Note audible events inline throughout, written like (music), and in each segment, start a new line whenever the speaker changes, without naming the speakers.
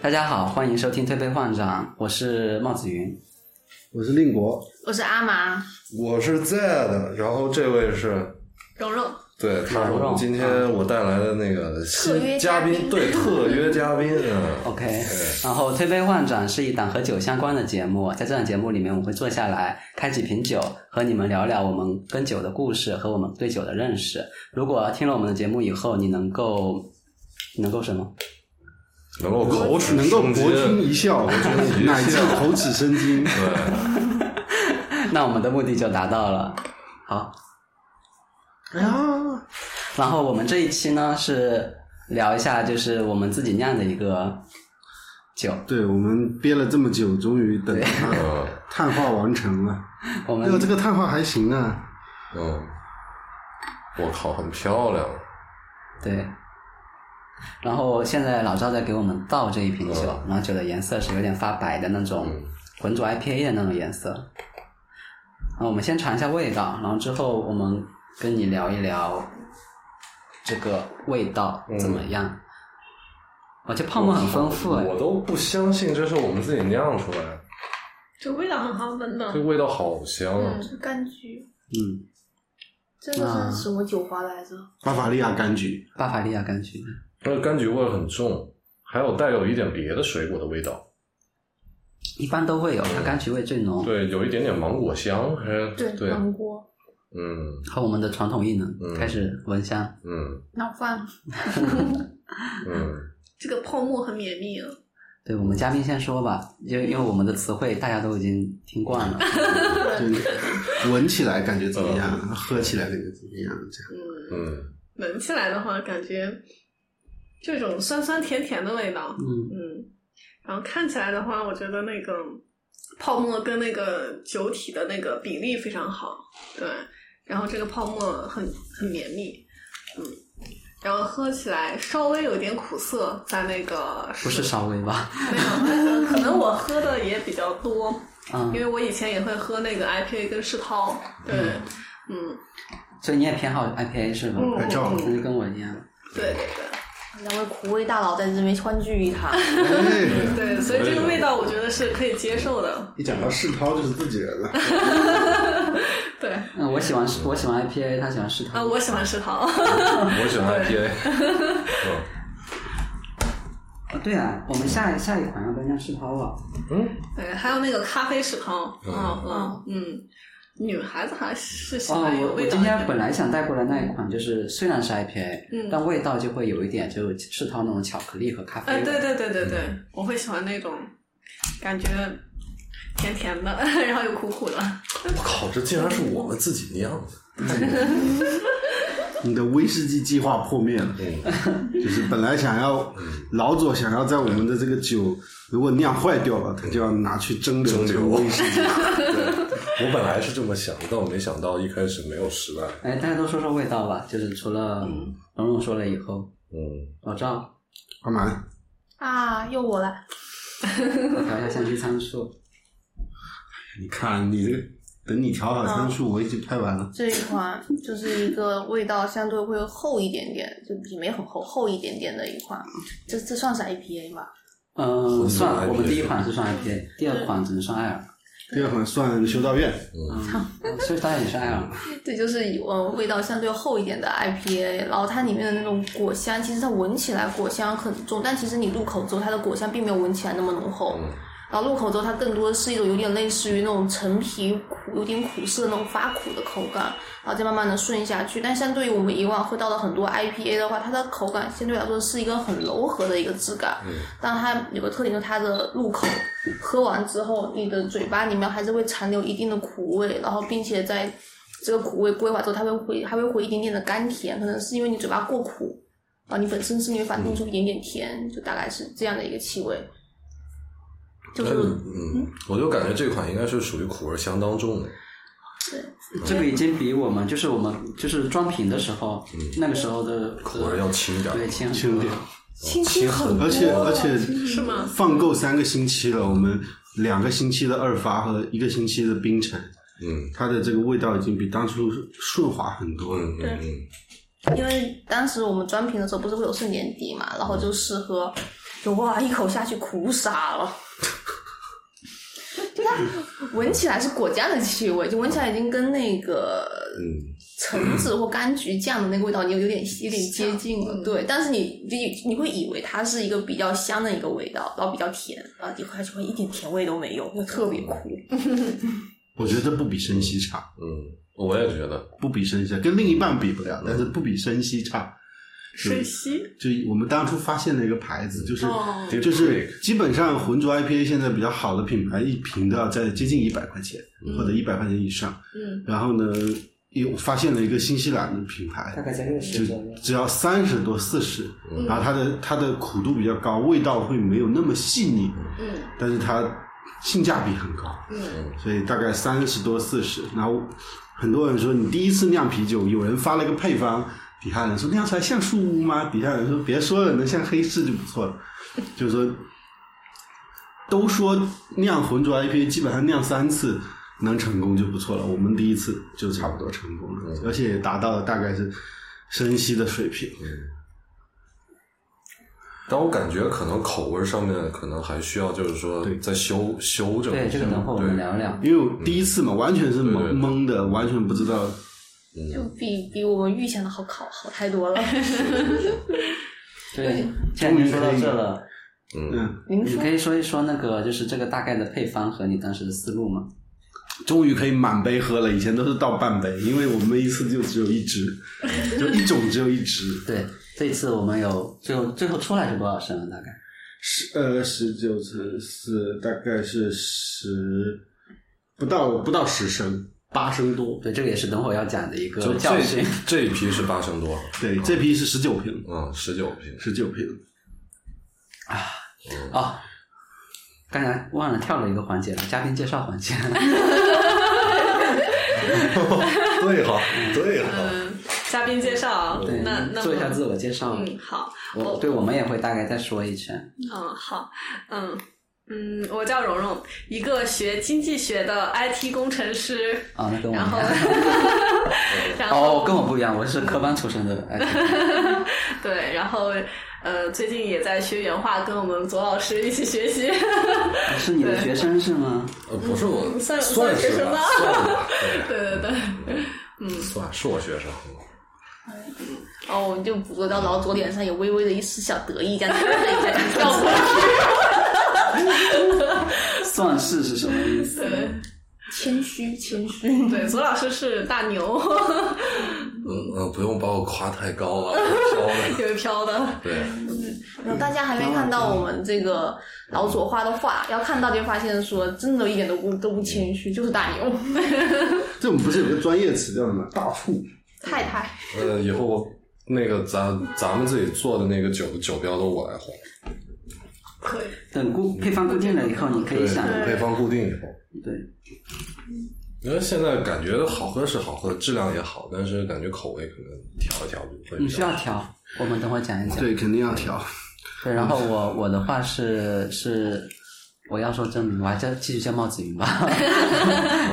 大家好，欢迎收听《推杯换盏》，我是帽子云。
我是令国，
我是阿麻
我是 Z 的，然后这位是，
蓉蓉，
对，他是我
蓉
们今天我带来的那个
特
新
约嘉
嘉
宾
宾，对，特约嘉宾，嗯，
OK，然后《推杯换盏》是一档和酒相关的节目，在这档节目里面，我们会坐下来开几瓶酒，和你们聊聊我们跟酒的故事和我们对酒的认识。如果听了我们的节目以后，你能够 (laughs) 你能够什么？
能够口齿
能够
生津
博君一笑，
津一
乃至
笑
口齿生津。
对，
那我们的目的就达到了。好，
(laughs) 哎呀，
然后我们这一期呢是聊一下，就是我们自己酿的一个酒。
对我们憋了这么久，终于等到 (laughs) 它
嗯
碳化完成了。
我
哎
们
呦，这个碳化还行啊，
嗯，我靠，很漂亮，
对。然后现在老赵在给我们倒这一瓶酒，然后酒的颜色是有点发白的那种
哦嗯，
浑浊 IPA 的那种颜色。啊，我们先尝一下味道，然后之后我们跟你聊一聊这个味道怎么样。而且泡沫很丰富哎，
嗯我都不相信这是我们自己酿出来的，
这味道很好闻呢
这。味道好香啊
嗯，！是柑橘，
嗯，
这个是什么酒花来着？
巴伐利亚柑橘。
巴伐利亚柑橘，
那柑橘味很重，还有带有一点别的水果的味道，
一般都会有，它柑橘味最浓，
对，有一点点芒果香，还
对，
对，
芒果
嗯
和我们的传统艺能
嗯
开始闻香。
嗯
脑
(laughs)
饭，
嗯，
这个泡沫很绵密哦。
对我们嘉宾先说吧，因为因为我们的词汇大家都已经听惯
(laughs)
了。
对，闻起来感觉怎么样？喝起来感觉怎么样？这样
嗯，
嗯，
闻起来的话，感觉这种酸酸甜甜的味道。
嗯，
嗯，然后看起来的话，我觉得那个泡沫跟那个酒体的那个比例非常好，对，然后这个泡沫很很绵密，嗯，然后喝起来稍微有点苦涩，在那个
不是稍微吧？(laughs)
没有，可能我喝的也比较多，
嗯
因，为我以前也会喝那个 IPA 跟世涛，对，嗯，
所以你也偏好 IPA 是吧？
嗯
拍照
那就跟我一样。
对对对。
两位苦味大佬在这边欢聚一
(laughs)
堂，
哎，
对，所以这个味道我觉得是可以接受的。
一讲到世涛就是自己人了。
对，啊、
嗯，我喜欢我喜欢 IPA，他喜欢试探。
我喜欢世涛。
我喜欢 IPA，嗯。
对啊，我们下一下一款要不要叫试哦涛吧？
对，还有那个咖啡石膏，
嗯
很好喝。嗯，女孩子还是喜
哦，
欢有
我我
味道
今
一点。
天本来想带过来那一款，就是虽然是 IPA，、
嗯
但味道就会有一点就是世涛那种巧克力和咖啡
哎，
味。
对对对对对，
嗯
我会喜欢那种感觉甜甜的， (laughs) 然后又苦苦的。
我靠，这竟然是我们自己酿的！
你的威士忌计划破灭
嗯
了，就是本来想要老左想要在我们的这个酒如果酿坏掉了，他就要拿去蒸馏
蒸馏
这个威士忌。
我本来是这么想，但我没想到一开始没有失败。
哎，大家都说说味道吧，就是除了
嗯
蓉蓉说了以后，
嗯，
老赵
阿蛮，
啊，又我了。
调一下香气参数。
你看你这个，等你调好参数，我已经拍完了。
这一款就是一个味道相对会厚一点点，就比没有很厚，厚一点点的一款。这这算是 IPA 吧？
嗯，算，
IPA
我们第一款是算 IPA，第二款只能算艾尔，
第二款算修道院，
嗯，所以当然也是艾尔。
对，就是呃味道相对厚一点的 IPA，然后它里面的那种果香，其实它闻起来果香很重，但其实你入口之后，它的果香并没有闻起来那么浓厚。然后入口之后，它更多的是一种有点类似于那种陈皮苦、有点苦涩的那种发苦的口感，然后再慢慢的顺下去。但相对于我们以往喝到的很多 IPA 的话，它的口感相对来说是一个很柔和的一个质感。但它有个特点，就是它的入口喝完之后，你的嘴巴里面还是会残留一定的苦味，然后并且在这个苦味归化之后，它会回还会回一点点的甘甜，可能是因为你嘴巴过苦，啊，你本身是没反映出一点点甜，就大概是这样的一个气味。就是
嗯，我就感觉这款应该是属于苦味相当重的。
对，
这个已经比我们就是我们就是装瓶的时候，那个时候的
嗯口味要轻一点
对轻很
轻
多
点
清新很多，
而且而且
是吗
放够三个星期了，我们两个星期的二发和一个星期的冰城，
嗯
它的这个味道已经比当初顺滑很多了。
嗯嗯嗯，
因为当时我们装瓶的时候不是会有剩点底嘛，然后就试喝，就哇一口下去苦傻了。就它闻起来是果酱的气味，就闻起来已经跟那个
嗯，
橙子或柑橘酱的那个味道，你有有点有点接近了，
嗯
对。但是你你你会以为它是一个比较香的一个味道，然后比较甜，然后你喝下去会一点甜味都没有，就特别苦。
我觉得不比生西差，
嗯，我也觉得，
不比生西差，跟另一半比不了，但是不比生西差。
水西
就我们当初发现的一个牌子，就是、
哦
就是基本上浑浊 IPA 现在比较好的品牌，一瓶都要在接近一百块钱、
嗯
或者一百块钱以上。
嗯，
然后呢，又发现了一个新西兰的品牌，
大概在六十
就
左右。
只要三十多四十，
嗯
然后它的它的苦度比较高，味道会没有那么细腻，
嗯
但是它性价比很高，
嗯
所以大概三十多四十。然后很多人说你第一次酿啤酒，有人发了个配方，底下人说酿出来像树屋吗？底下人说别说了，能像黑市就不错了，就是说都说酿浑浊 IPA 基本上酿三次能成功就不错了，我们第一次就差不多成功了，
嗯
而且也达到了大概是深吸的水平。
嗯但我感觉可能口味上面可能还需要，就是说
对
再修修整
对，
一下。
这个等会儿我们聊聊。
因为我第一次嘛，完全是
对对
懵
对
懵的，完全不知道。
就比比我们预想的好考好太多了。
对，既然你说到这了，
嗯，
您
你
说
可以说一说那个就是这个大概的配方和你当时的思路吗？
终于可以满杯喝了，以前都是倒半杯，因为我们一次就只有一支，就一种只有一支，
对，这一次我们有最后最后出来是多少升啊？大概
十呃十九乘四大概是十，不到不到十升，八升多。
对，这个也是等会儿要讲的一
就
个教
这
训。
这一批是八升多，
对，这批是十九瓶，
嗯，十九瓶。
十九瓶。
哦，刚才忘了跳了一个环节了，嘉宾介绍环节。
对哈，
(laughs)
对哈，
嗯，嘉宾介绍啊
对，
(laughs) 那那，么
做一下自我啊介绍。
嗯，好，
我
我
对我们也会大概再说一圈。
嗯，好，嗯嗯，我叫蓉蓉，一个学经济学的 IT 工程师，
啊、那跟我
然后
们
(laughs)
(laughs)
然后
嗯哦，跟我不一样，我是科班出身的。哎
对，然后呃，最近也在学原画，跟我们左老师一起学习。
是你的学生是吗？
呃，不是我，
嗯算
算
算学
是
生
吧
吧，
算吧，
(laughs) 对对对，嗯
对，算是我学生。
哦，我就捕捉到老左脸上有微微的一丝小得意，这样子看了一下
(laughs)
就跳过来，
算是是什么意思？
对
谦虚谦虚。
对，左老师是大牛， (laughs)
嗯嗯，不用把我夸太高啊，飘的。
有一飘的，
(laughs) 对，
然后大家还没看到我们这个老左画的画，要看到就发现说，真的一点都不都不谦虚，就是大牛
这我们不是有个专业词叫什么“大促
太太。
呃，以后我那个咱咱们自己做的那个酒酒标都我来画，
可以。
等固配方固定了以后，你可以
对，
想
等配方固定以后。
对，
因为现在感觉好喝是好喝，质量也好，但是感觉口味可能调一调就会比较。
你需要调。我们等会儿讲一”？讲。
对，肯定要调。
对，然后我我的话是是，我要说真名，我还叫继续叫帽子云吧。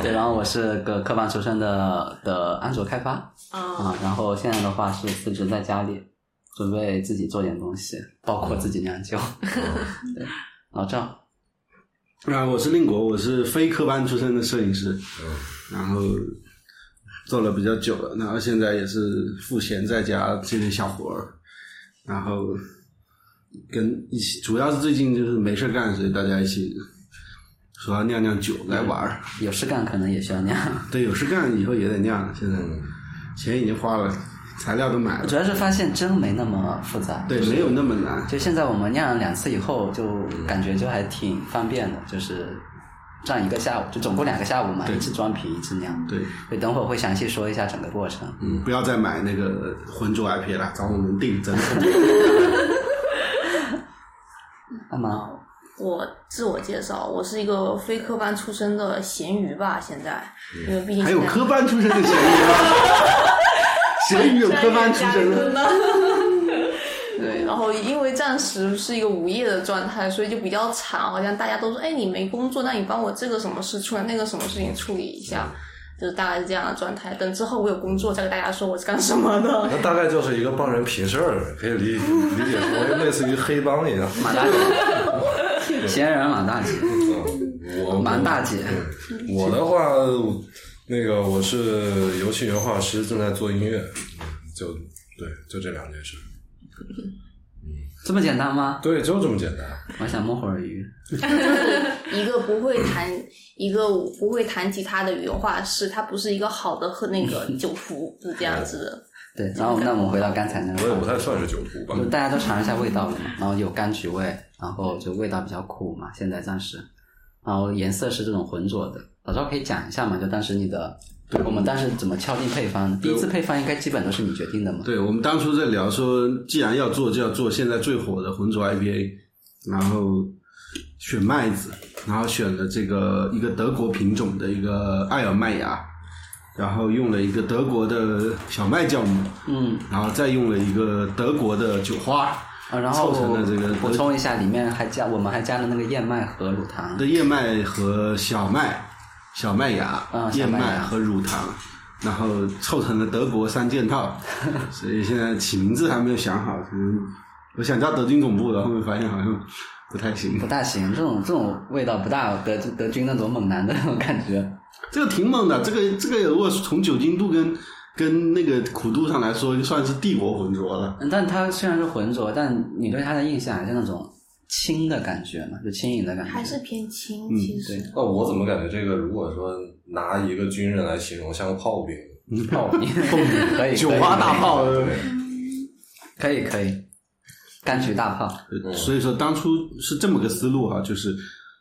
对，然后我是个科班出身的的安卓开发啊、
啊，
然后现在的话是辞职在家里，准备自己做点东西，包括自己酿酒。对，老赵，
啊，我是令国，我是非科班出身的摄影师，然后做了比较久了，然后现在也是赋闲在家接点小活儿，然后跟一起，主要是最近就是没事儿干，所以大家一起说要酿酿酒来玩儿。
有事干可能也需要酿，
对，有事干以后也得酿，现在钱已经花了，材料都买
主
了，
要是发现真没那么复杂。
对，没有那么难。
就现在我们酿了两次以后，就感觉就还挺方便的，就是这样一个下午，就总共两个下午嘛，一次装瓶，一次酿。
对，
对，等会儿会详细说一下整个过程。
嗯
不要再买那个浑浊 IP 了，找我们订真的。
那么，
我自我介绍，我是一个非科班出身的咸鱼吧，现在，因为毕竟
还有
现在
科班出身的咸鱼
(laughs)
吗？咸鱼有科班出身的，
对，然后因为暂时是一个无业的状态，所以就比较
嗯
惨，好像大家都说，哎，你没工作，那你帮我这个什么事处理，那个什么事情处理一下。就是大概是这样的状态。等之后我有工作再给大家说我是干什
(laughs)
么的。
那大概就是一个帮人平事儿，可以理理解成为类似于黑帮一样。 (laughs)
马大姐，闲人马大姐，
嗯，我
蛮大姐，
我的话，那个我是游戏原画师，正在做音乐，就对，就这两件事，
这么简单吗？
对，就这么简单。
我想摸会儿鱼。
一个不会弹，一个不会弹吉他的原画师，他不是一个好的和那个酒徒，是这样子
嗯
的。
对，然后那我们回到刚才那
我也
个
不，太算是酒徒吧
就，大家都尝一下味道了嘛，然后有柑橘味，然后就味道比较苦嘛，现在暂时，然后颜色是这种浑浊的。老赵可以讲一下嘛，就当时你的，我们当时怎么敲定配方的？第一次配方应该基本都是你决定的嘛？
对，我们当初在聊说，既然要做，就要做现在最火的浑浊 IPA，然后选麦子，然后选了这个一个德国品种的一个艾尔麦芽，然后用了一个德国的小麦酵母，
嗯，
然后再用了一个德国的酒花
啊，然后
凑成了这个
补充一下，里面还加我们还加了那个燕麦和乳糖
的。燕麦和小麦、小麦芽、
嗯小
燕
麦
麦
芽
和乳糖，然后凑成了德国三件套，
(laughs)
所以现在起名字还没有想好。可能我想叫德军总部的，后面发现好像不太行
不。大行，这种这种味道不大，德德军那种猛男的那种感觉。
这个挺猛的，这个这个如果是从酒精度跟跟那个苦度上来说，算是帝国浑浊了。
嗯但它虽然是浑浊，但你对它的印象还是那种轻的感觉嘛，就轻盈的感觉。
还是偏轻，
嗯
其实、
那我怎么感觉这个，如果说拿一个军人来形容，像个炮兵？
(laughs) 泡面，可以
(laughs) 酒花大炮，
可以可以，可以柑橘大炮。
呃所以说当初是这么个思路啊，就是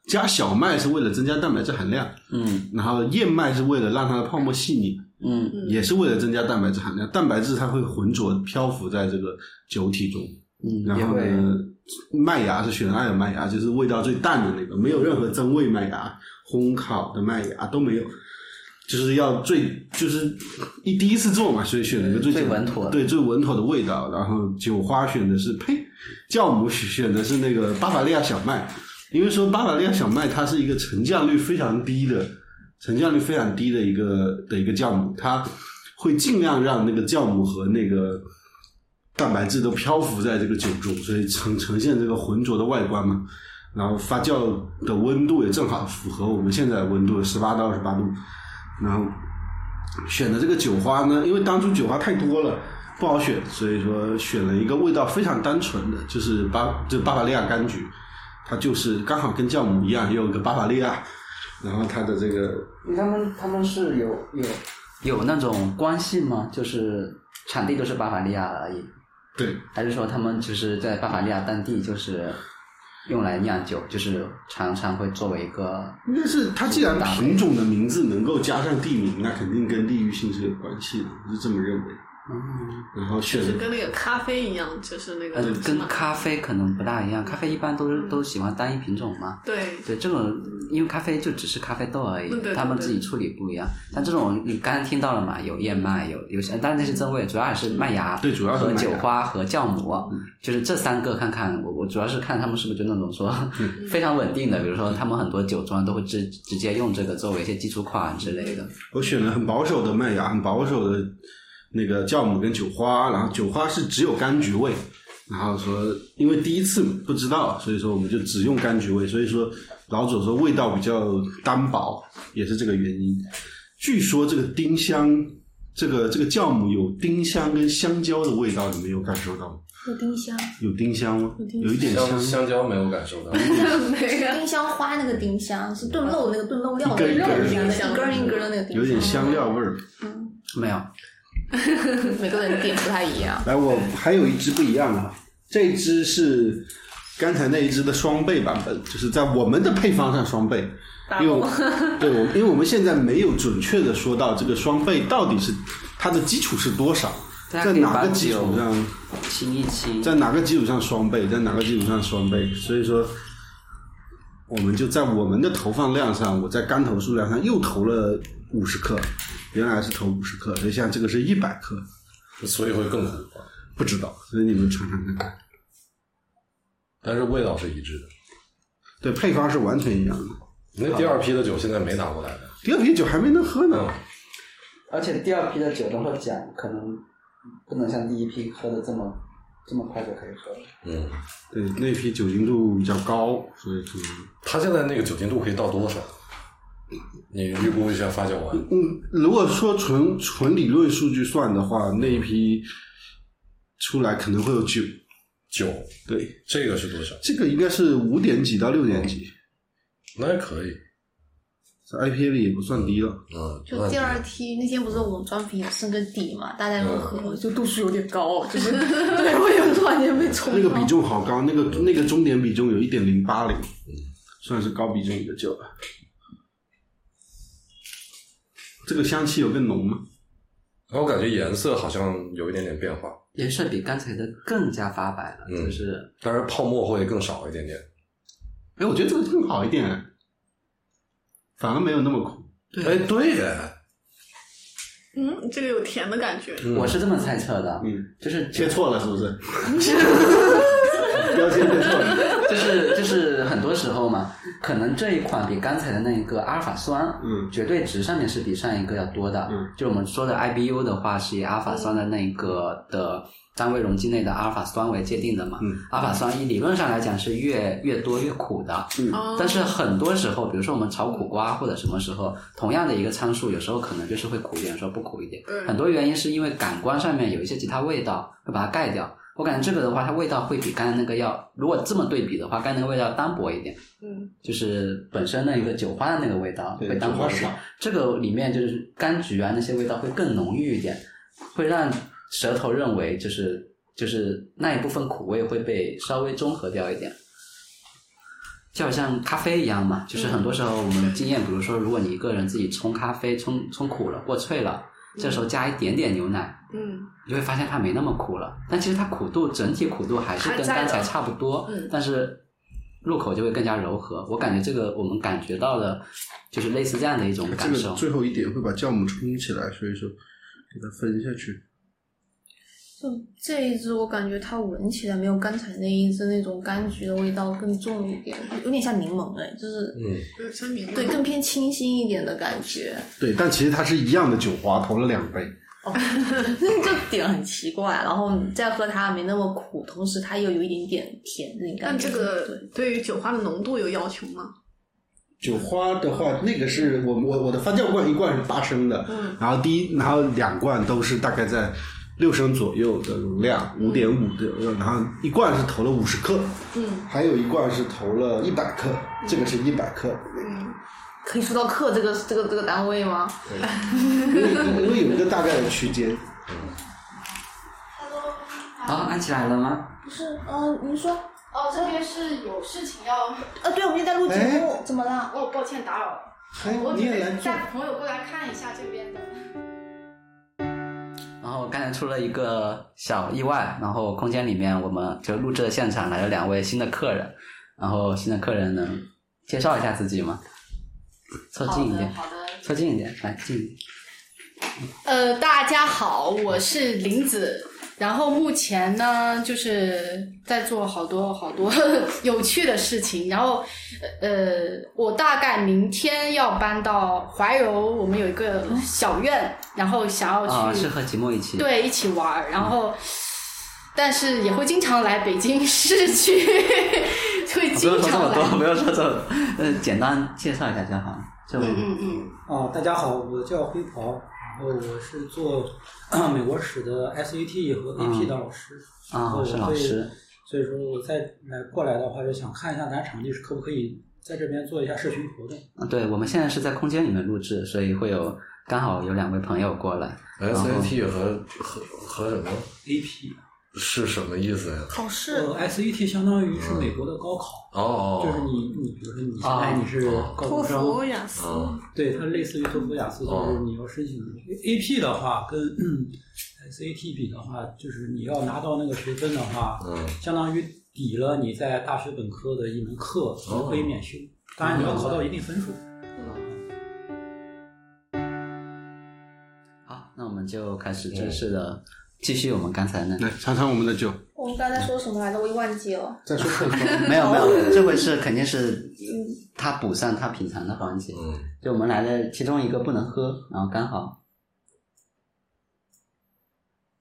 加小麦是为了增加蛋白质含量，
嗯
然后燕麦是为了让它的泡沫细腻，
嗯，
也是为了增加蛋白质含量。蛋白质它会浑浊漂浮在这个酒体中，
嗯，
然
也
后
会
呢，麦芽是选爱尔麦芽，就是味道最淡的那个，没有任何增味麦芽、烘烤的麦芽都没有，就是要最就是一第一次做嘛，所以选了一个最
最稳妥的
对最稳妥的味道。然后酒花选的是呸，酵母选的是那个巴伐利亚小麦，因为说巴伐利亚小麦它是一个沉降率非常低的，沉降率非常低的一个的一个酵母，它会尽量让那个酵母和那个蛋白质都漂浮在这个酒中，所以呈呈现这个浑浊的外观嘛。然后发酵的温度也正好符合我们现在的温度，十八到二十八度。然后选的这个酒花呢，因为当初酒花太多了，不好选，所以说选了一个味道非常单纯的，就是巴就巴伐利亚柑橘，它就是刚好跟酵母一样，也有一个巴伐利亚，然后它的这个
他们他们是有有有那种关系吗？就是产地都是巴伐利亚而已，
对
还是说他们就是在巴伐利亚当地就是用来酿酒，就是常常会作为一个
应该是它既然品种的名字能够加上地名，那肯定跟地域性是有关系的，我是这么认为。然后选
就
的
是跟那个咖啡一样，就是那
呃
个什
跟
么
咖啡可能不大一样，咖啡一般都是都喜欢单一品种嘛。
对
对，这种因为咖啡就只是咖啡豆而已
对对嗯对，
他们自己处理不一样。但这种你刚刚听到了嘛，有燕麦，有有，当然这是真味，主要还是麦芽，
对主要是
和
麦芽嗯
酒花和酵母，就是这三个看看。我我主要是看他们是不是就那种说 (laughs)
嗯
非常稳定的，比如说他们很多酒庄都会直直接用这个作为一些基础款之类的。
我选了很保守的麦芽，很保守的那个酵母跟酒花，然后酒花是只有柑橘味，然后说因为第一次不知道，所以说我们就只用柑橘味，所以说老左说味道比较单薄，也是这个原因。据说这个丁香，这个这个酵母有丁香跟香蕉的味道，你们有感受到吗？
有丁香，
有丁香吗？
有丁
有一点
香
香，
香蕉没有感受到，
没有
丁香花那个丁香是炖肉那个炖肉料
一
的
根一
肉
根的
丁
丁香
一根儿一根儿的那个
(laughs) 有
丁
点
香，
香料味儿。
没有，
每个人点不太一样。 (laughs)
来，我还有一只不一样的，这一只是刚才那一只的双倍版本，就是在我们的配方上双倍。
打
因为
包
我对我，因为我们现在没有准确的说到这个双倍到底是它的基础是多少，
大家
在
可以
哪
把
个基
酒
础上，
清一清。
在哪个基础上双倍，在哪个基础上双倍，所以说。我们就在我们的投放量上，我在干投数量上又投了五十克，原来是投五十克，所以现在这个是一百克，
所以会更苦。
不知道，所以你们尝尝看。
但是味道是一致的。
对，配方是完全一样的。
那第二批的酒现在没拿过来的，嗯
第二瓶酒还没能喝呢，
而且第二批的酒的话讲，可能不能像第一批喝的这么这么快就可以喝了。
嗯，
对，那批酒精度比较高，所以可能
它现在那个酒精度可以到多少？你预估一下发酵完，
嗯，如果说纯纯理论数据算的话，那一批出来可能会有九，
酒
对，
这个是多少？
这个应该是五点几到六点几，
那还可以，
在 IPA 里也不算低了。
嗯，
就第二梯那天不是我们专评有升个底嘛，大家
嗯
都喝，就度数有点高，就是对，我有突然间被冲
那个
到
比重好高，那个那个终点比重有一点零八零，算是高比重的酒了。这个香气有更浓吗？
然后我感觉颜色好像有一点点变化，
颜色比刚才的更加发白了，
嗯
就是
但是泡沫会更少一点点。
哎，我觉得这个更好一点，反而没有那么苦。
哎，对耶，
(laughs) 嗯，这个有甜的感觉，
我是这么猜测的，
嗯，
就是
切错了是不 (laughs) 是？标签切错了。
就是就是很多时候嘛，可能这一款比刚才的那一个阿尔法酸，
嗯
绝对值上面是比上一个要多的。
嗯，
就我们说的 IBU 的话，是以阿尔法酸的那个的单位容积内的阿尔法酸为界定的嘛。
嗯，
阿尔法酸一理论上来讲是越越多越苦的。
嗯
哦
但是很多时候，比如说我们炒苦瓜或者什么时候，同样的一个参数，有时候可能就是会苦一点，有时候不苦一点。
对
很多原因是因为感官上面有一些其他味道会把它盖掉。我感觉这个的话，它味道会比刚才那个要，如果这么对比的话，刚才那个味道单薄一点，
嗯，
就是本身那个酒花的那个味道
对
会单薄一
酒
点
花少。
这个里面就是柑橘啊那些味道会更浓郁一点，会让舌头认为就是就是那一部分苦味会被稍微中和掉一点。就好像咖啡一样嘛，就是很多时候我们的经验，比如说，如果你一个人自己冲咖啡冲冲苦了、过萃了，这时候加一点点牛奶，
嗯，
你就会发现它没那么苦了。但其实它苦度整体苦度还是
还
跟
在
刚
的
才差不多，
嗯
但是入口就会更加柔和。我感觉这个我们感觉到的，就是类似这样的一种
这
感
个
受。
最后一点会把酵母冲起来，所以说给它分下去。
就这一支我感觉它闻起来没有刚才那一支那种柑橘的味道更重一点，有点像柠檬哎，就是
嗯，
有真明
对更偏清新一点的感 (laughs) 觉，
对，但其实它是一样的酒花，投了两杯。
就点很奇怪，然后你再喝它没那么苦，同时它又有一点点甜那
但
感觉。
这个对于酒花的浓度有要求吗？
酒花的话，那个是我我我的发酵罐一罐是八升的，
嗯
然后第一然后两罐都是大概在六升左右的容量，
嗯
五点五的，然后一罐是投了五十克，
嗯
还有一罐是投了一百克，这个是一百克，
嗯，
可以说到克这个这个这个单位吗？
因为因为有一个大概的区间，啊
好，安琪来了吗？
不是，嗯、您说，
哦，这边是有事情要，
啊，对，我们也在录节目，怎么了？
哦，抱歉打扰了，
哎
我，
你
只
也来
是
做，
带朋友过来看一下这边的。
然后刚才出了一个小意外，然后空间里面我们就录制的现场来了两位新的客人，然后新的客人能介绍一下自己吗？凑
好
近一
的，
点，
好的。
凑近一点，来近一点。
呃，大家好，我是林子。然后目前呢，就是在做好多好多有趣的事情。然后，呃，我大概明天要搬到怀柔，我们有一个小院，然后想要去、
啊、是和吉木一起。
对，一起玩儿，然后，但是也会经常来北京市区，会
(laughs) 不用
经
说这
常
么
来。
多，不用说这么，呃，简单介绍一下就好了。就
嗯嗯嗯，
啊，大家好，我叫灰袍，然后我是做 (clears throat) 美国史的 SAT 和 AP 的老师，
嗯
然
啊、
后我
是老
会
师，
所以说我再来过来的话，就想看一下咱场地是可不可以在这边做一下社群活动。
啊对我们现在是在空间里面录制，所以会有刚好有两位朋友过来。
SAT 和和和什么
AP，
是什么意思呀？
考试
呃，SAT 相当于是美国的高考，
哦哦，
就是你你比如说你现在
哦
你是高
托
中生，
福、雅思，
哦
对它类似于托福、雅思，就
哦
是你要申请 AP 的话，跟 (clears throat) SAT 比的话，就是你要拿到那个学分的话，
嗯
相当于抵了你在大学本科的一门
哦
课，你可以免修。当然你要考到一定分数。
好，那我们就开始正式的继续我们刚才那。
来尝尝我们的酒，
我们刚才说什么来着？我也忘记了。
再说配方。
没有没
哦
有，这回是肯定是他补上他品尝的环节。
嗯
就我们来了其中一个不能喝，然后刚好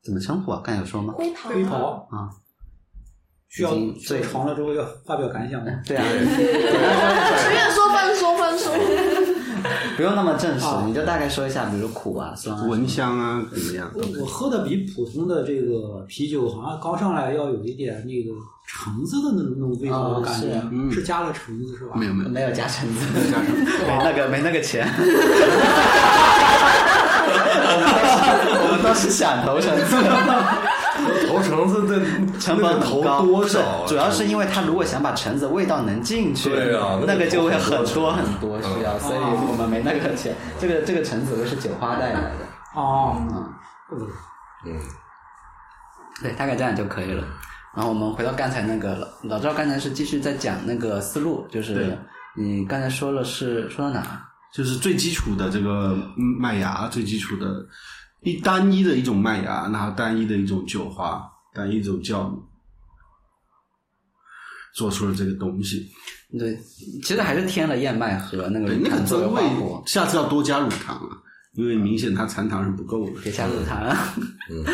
怎么称呼啊？刚才有说吗？
灰袍
黑袍
啊，
需要
已经
需要尝了之后要发表感想吗？
对啊，对
随便说分说分说，
不用那么正式
啊，
你就大概说一下，比如苦啊、酸啊。
(laughs) 蚊香啊，怎么样？
我我喝的比普通的这个啤酒好像刚上来要有一点那个橙子的那种味道，
啊
我感觉、
是
嗯
是加了橙子是吧？
没有没有，
没有加橙子，没 (laughs) 那个没那个
(laughs)
钱。我们当时想投橙
(laughs)
子，
嗯头橙子的
成
那
本
个
很
头
高，
多少啊？
不是主要是因为他如果想把橙子味道能进去，
对啊那个
那个就会
头很
很
多嗯
多很多需要，所以我们没那个钱。这个这个橙子都是酒花带来的，
哦，
嗯。
嗯
嗯，
对，大概这样就可以了。然后我们回到刚才那个了老赵，刚才是继续在讲那个思路，就是
对
你刚才说了是说到哪儿？
就是最基础的这个嗯麦芽，最基础的一单一的一种麦芽，然后单一的一种酒花，单一一种酵母，做出了这个东西。
对，其实还是添了燕麦和那个
对，
乳
那个
糖作为
真味
花果，，
下次要多加乳糖啊，因为明显它残糖是不够的。
别加入糖啊。
嗯
(laughs)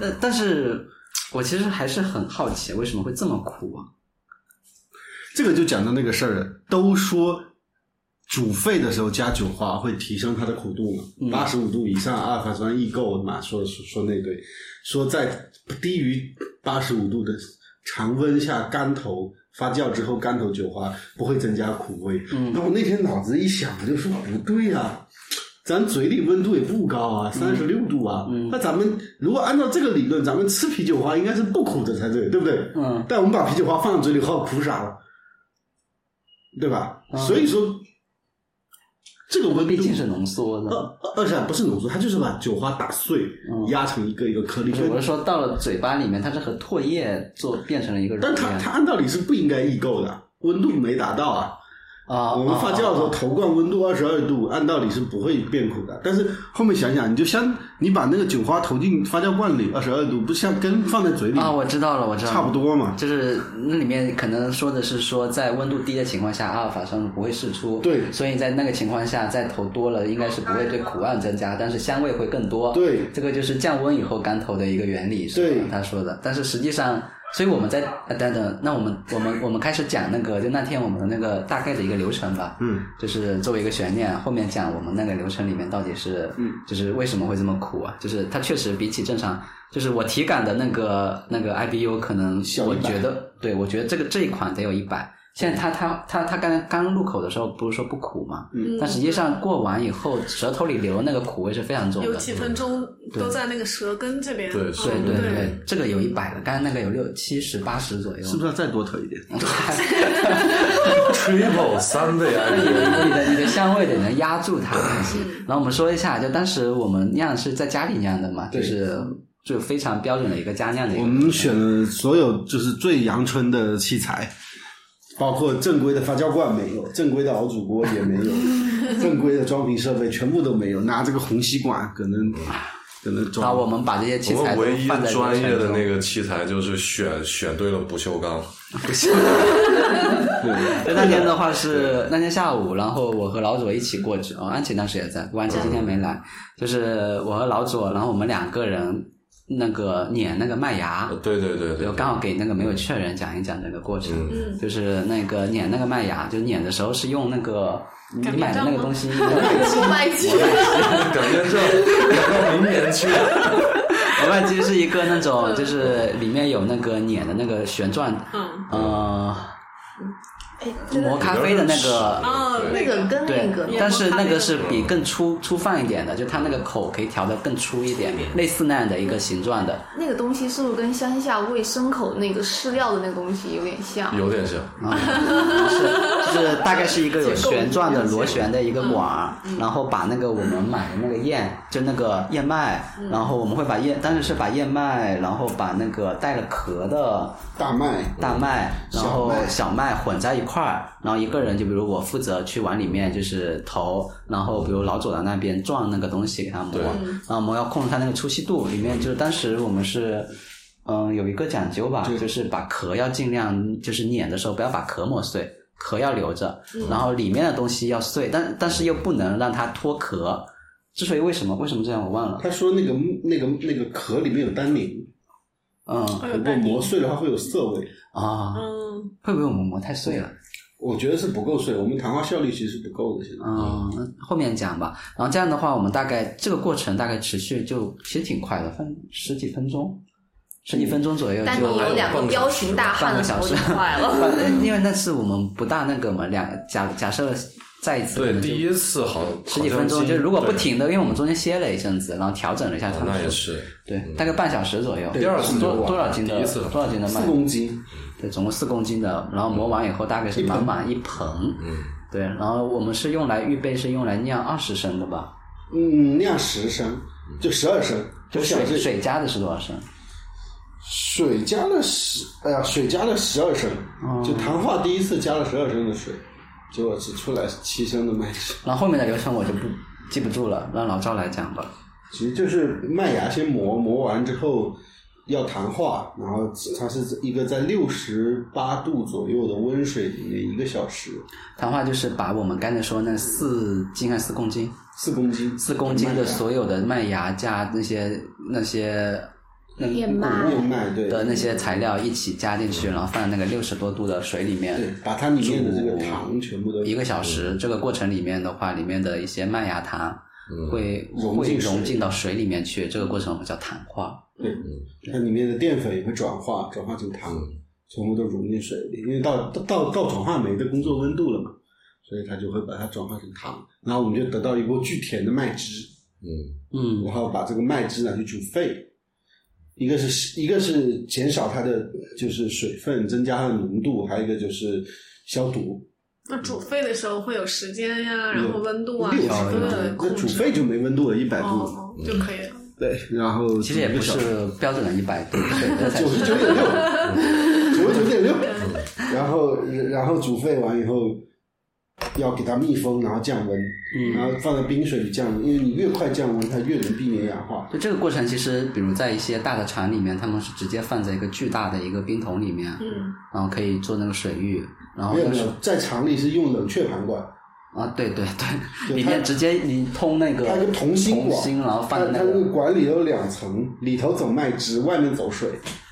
但但是，我其实还是很好奇，为什么会这么苦啊？
这个就讲到那个事儿了，都说煮沸的时候加酒花会提升它的苦度嘛，八十五度以上阿尔法酸易购嘛，说说说那对，说在低于八十五度的常温下干头。发酵之后，干头酒花不会增加苦味。嗯，那我那天脑子一想，我就说不对啊，咱嘴里温度也不高啊，三十六度啊。嗯，那咱们如果按照这个理论，咱们吃啤酒花应该是不苦的才对，对不对？
嗯，
但我们把啤酒花放到嘴里后苦傻了，对吧？
嗯
所以说，这个温度
毕竟是浓缩的。
二二十二不是浓缩，它就是把酒花打碎，压成一个一个颗粒。
不是，嗯我是说到了嘴巴里面，它是和唾液做变成了一个
但
溶液
它它按道理是不应该易购的，温度没达到啊。
啊。
我们发酵的时候，头冠温度二十二度，按道理是不会变苦的。但是后面想想，你就像你把那个酒花投进发酵罐里，二十二度，不是像根放在嘴里
啊，我知道了，我知道了，
差不多嘛？
就是那里面可能说的是说，在温度低的情况下，阿尔法酸不会释出，
对
所以在那个情况下，再投多了应该是不会对苦味增加，但是香味会更多。
对
这个就是降温以后干头的一个原理，是吧
对
他说的。但是实际上，所以我们在呃等等，那我们我们我们开始讲那个，就那天我们的那个大概的一个流程吧。
嗯，
就是作为一个悬念，后面讲我们那个流程里面到底是，嗯，就是为什么会这么苦啊？就是它确实比起正常，就是我体感的那个那个 IBU 可能
小
我
100
觉得，对我觉得这个这一款得有一百。现在它它它它刚刚入口的时候不是说不苦嘛，
嗯
但实际上过完以后，舌头里留那个苦味是非常重的，
有几分钟都在那个舌根这边。
对
嗯
是
对
对
对，这个有一百的，刚才那个有六七十八十左右，
是不是要再多投一点？
triple 三倍
那你
IPA，
的你的你的香味得能压住它才行。然后我们说一下，就当时我们酿是在家里酿的嘛，就是就非常标准的一个家酿的一个。
我们选了所有就是最阳春的器材，包括正规的发酵罐没有，正规的熬煮锅也没 (laughs) 有，正规的装瓶设备全部都没有，拿这个虹吸管可能可能
然后我
装。
们把这些 (laughs) 器
我
材
们
都
唯一
放在
专业的 (laughs) 那
个
个器材就是选选对了不锈钢，
程中。那天的话是那天下午，然后我和老左一起过去，哦，安琪当时也在，不过安琪今天没来，就是我和老左，然后我们两个人那个碾那个麦芽。
呃对对对
对，
对
我，刚好给那个没有去的人讲一讲这个过程，
嗯
就是那个碾那个麦芽，就碾的时候是用那个你
擀面
买的那
杖
个
吗
东西， (laughs)
我卖鸡，
擀面杖擀到明年去，
我麦机是一个那种，就是里面有那个碾的那个旋转，
嗯，
呃，
哎，真的
磨咖啡的那个，
哦，
对
那
那
个
个
跟
对
那个，
但是那个是比更粗粗放一点的，就它那个口可以调的更粗一点，类似那样的一个形状的。
那个东西是不是跟乡下喂牲口那个饲料的那个东西有点像？
有点像，
是，就是大概是一个有旋转的螺旋的一个管儿，然后把那个我们买的那个燕，就那个燕麦，然后我们会把燕，当时是把燕麦，然后把那个带了壳的
大麦
大麦，然后小麦混在一块儿，然后一个人就比如我负责去往里面就是投，然后比如老左的那边撞那个东西给他磨
对，
然后我们要控制它那个粗细度，里面就是当时我们是。嗯，有一个讲究吧，就是把壳要尽量就是碾的时候不要把壳磨碎，壳要留着，然后里面的东西要碎，但但是又不能让它脱壳，之所以为什么为什么这样我忘了，
他说那个那个那个壳里面有单宁，
嗯
会有
如果
淡定
磨碎的话会有涩味。
啊，
嗯，
会不会我们磨太碎了？
我觉得是不够碎，我们糖化效率其实不够的。现在，
嗯，那后面讲吧。然后这样的话，我们大概这个过程大概持续就其实挺快的，分十几分钟，十几分钟左右
但
就
你有两个彪形大
半
汉的
个
时
小
候
时
就快 (laughs) 了。
半 (laughs) 因为那次我们不大那个嘛，两假假设再一次可
对，
能就
第一次好
十几分钟，就如果不，
好像
停的，因为我们中间歇了一阵子，然后调整了一下
对
团
哦那也
数，
是
对，大概半小时左右。
对
第二次就
多
完了
多少斤的
第一次
多少斤的麦
四？公斤，
对，总共四公斤的，然后磨完以后大概是满满一盆，
嗯，
对，然后我们是用来预备是用来酿二十升的吧？
嗯，酿十升，就十二升。
就
我
水
想这
水加的是多少升？
水加了十，哎呀，水加了十二升，
哦
就糖化第一次加了十二升的水，结果只出来七升的麦汁。
然后后面的流程我就不记不住了，让老赵来讲吧。
其实就是麦芽先磨，磨完之后要糖化，然后它是一个在六十八度左右的温水里面一个小时，
谈话就是把我们刚才说那四斤还是四公斤，
四公斤，
四公斤的
麦芽
所有的麦芽加那些那些那
燕麦
燕麦对
的那些材料一起加进去，然后放在那个六十多度的水里
对
面，，
把它里面的这个糖全部都
一个小时。这个过程里面的话，里面的一些麦芽糖
嗯
会
嗯融
会
进水
融进到水里面去，这个过程我们叫糖化。
对，它里面的淀粉也会转化，转化成糖，
嗯
全部都融进水里，因为到到到到转化酶的工作温度了嘛，所以它就会把它转化成糖，然后我们就得到一锅巨甜的麦汁，
嗯
嗯
然后把这个麦汁拿去煮沸，一个是一个是减少它的就是水分，增加它的浓度，还有一个就是消毒。
那煮沸的时候会有时间呀，然后温度啊，
六
都
十
有
度
有
有
那
控
煮
制。
沸就没温度了，一百度。
哦，就可以了。
对，然后
其实也
煮一
不
个小
是
时
标准的一百度，
(laughs)
对，这才
九十
是
九点
(laughs)
六，九十九点六，
嗯
然后然后煮沸完以后，要给它密封，然后降温，
嗯
然后放在冰水里降温，因为你越快降温，它越能避免氧化。
就这个过程，其实比如在一些大的厂里面，他们是直接放在一个巨大的一个冰桶里面，
嗯，
然后可以做那个水浴，然后
没有
那
没
是
有，在厂里是用冷却盘管，
啊，对对对，
对
里
它
面直接你通那个
它一个
同
同心管，
心，然后放
它
在那
它那个
个，
管里有两层，里头走麦汁，外面走水，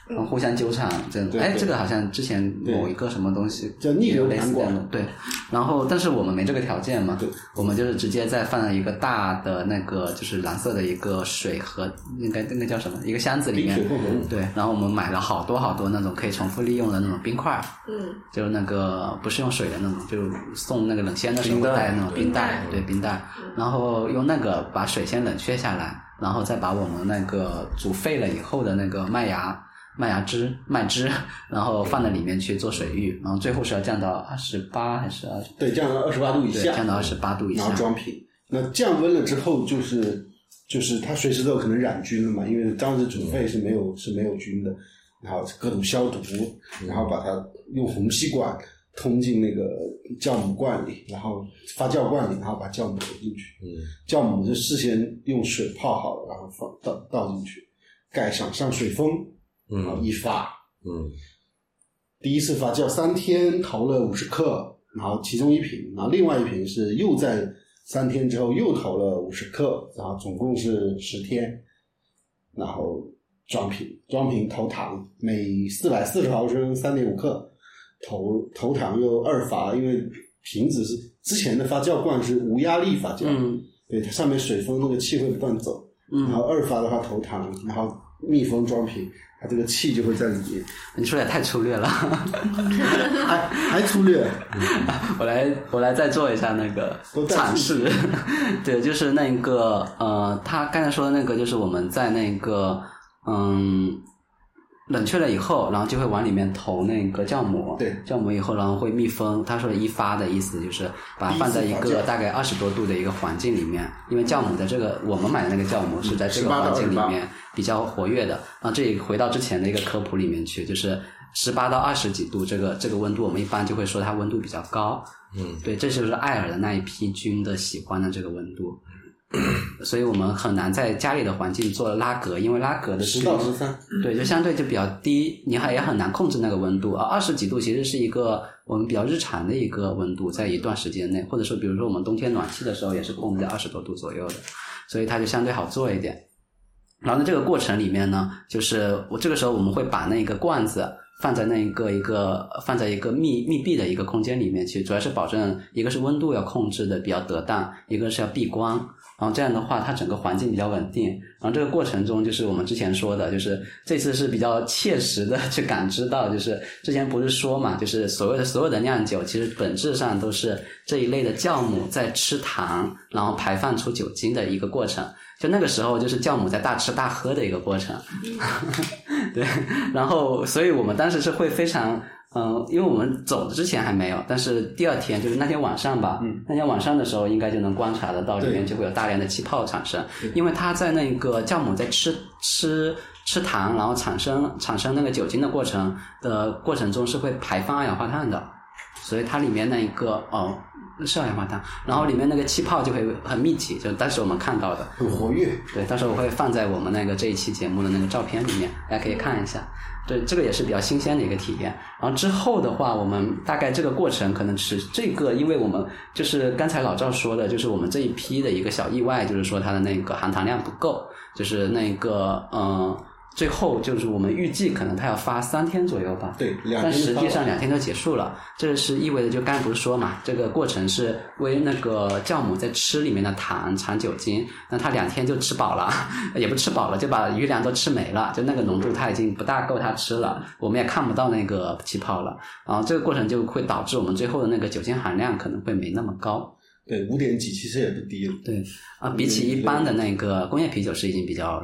然后互相纠缠，这样。
对
哎，
对
这个好像之前
对
某一个什么东西
叫逆流
类似
弹
这样的
管
对。然后，但是我们没这个条件嘛
对，
我们就是直接再放在一个大的那个就是蓝色的一个水盒，应该那个叫什么？一个箱子里
冰
面
水。混合物。
对，然后我们买了好多好多那种可以重复利用的那种冰块，
嗯，
就是那个不是用水的那种，就是送那个冷鲜的时候
冰袋
带那种
对
冰袋，对冰袋，然后用那个把水先冷却下来，然后再把我们那个煮沸了以后的那个麦芽。麦芽汁、麦汁，然后放在里面去做水浴，然后最后是要降到二十八还是二十？
对，降到二十八度以
对，
下，
降到二十八度以下
然后。装瓶。那降温了之后，就是就是它随时都有可能染菌了嘛，因为当时煮沸是没有是没有菌的，然后各种消毒，然后把它用虹吸管通进那个酵母罐里，然后发酵罐里，然后把酵母投进去。
嗯
酵母就事先用水泡好了，然后放倒倒进去，盖上上水封，然后
嗯
一发，
嗯
第一次发酵三天投了五十克，然后其中一瓶，然后另外一瓶是又在三天之后又投了五十克，然后总共是十天，然后装瓶，装瓶投糖，每四百四十毫升三点五克，投投糖又二发，因为瓶子是之前的发酵罐是无压力发酵，
嗯
对，它上面水封那个气会不断走，然后
嗯，
二发的话投糖，然后密封装瓶，它这个气就会在里面，
你说的也太粗略了， (laughs)
还还粗略。
我来我来再做一下那个
都带
阐
进
释， (laughs) 对，就是那个呃，他刚才说的那个，就是我们在那个嗯冷却了以后，然后就会往里面投那个酵母，
对
酵母以后然后会密封。他说的一发的意思就是把它
第一
放在
次
一
发
个
酵
大概二十多度的一个环境里面，因为酵母在这个我们买的那个酵母是在这个
18到
环境里
28
面比较活跃的。啊，这里回到之前的一个科普里面去，就是十八到二十几度这个这个温度，我们一般就会说它温度比较高。
嗯
对，这就是爱尔的那一批菌的喜欢的这个温度。 (coughs) 所以我们很难在家里的环境做拉格，因为拉格的
十到十三，
对，就相对就比较低，你还也很难控制那个温度。而啊二十几度其实是一个我们比较日常的一个温度，在一段时间内，或者说比如说我们冬天暖气的时候也是控制在二十多度左右的，所以它就相对好做一点。然后呢，这个过程里面呢，就是我这个时候我们会把那个罐子放在那一个一个放在一个密密闭的一个空间里面去，主要是保证一个是温度要控制的比较得当，一个是要避光，然后这样的话它整个环境比较稳定。然后这个过程中就是我们之前说的，就是这次是比较切实的去感知到，就是之前不是说嘛，就是所谓的所有的酿酒其实本质上都是这一类的酵母在吃糖，然后排放出酒精的一个过程。就那个时候，就是酵母在大吃大喝的一个过程， (laughs) 对。然后，所以我们当时是会非常，嗯、呃，因为我们走之前还没有，但是第二天就是那天晚上吧，
嗯
那天晚上的时候应该就能观察得到里面就会有大量的气泡产生，因为它在那个酵母在吃吃吃糖，然后产生产生那个酒精的过程的过程中是会排放二氧化碳的，所以它里面那一个哦是二氧化碳，然后里面那个气泡就会很密集，就是当时我们看到的。
很活跃。
对，到时候我会放在我们那个这一期节目的那个照片里面，大家可以看一下。对，这个也是比较新鲜的一个体验。然后之后的话，我们大概这个过程可能持这个，因为我们就是刚才老赵说的，就是我们这一批的一个小意外，就是说它的那个含糖量不够，就是那个嗯、呃最后就是我们预计可能它要发三天左右吧。
对，两
但
天
实
就
际
到
上
了
两天就结束了，这是意味着就刚才不是说嘛，这个过程是为那个酵母在吃里面的糖产酒精，那它两天就吃饱了， (laughs) 也不吃饱了，就把余粮都吃没了，就那个浓度它已经不大够它吃了，我们也看不到那个气泡了，然后这个过程就会导致我们最后的那个酒精含量可能会没那么高
对五点几其实也不低了。
啊，比起一般的那个工业啤酒是已经比较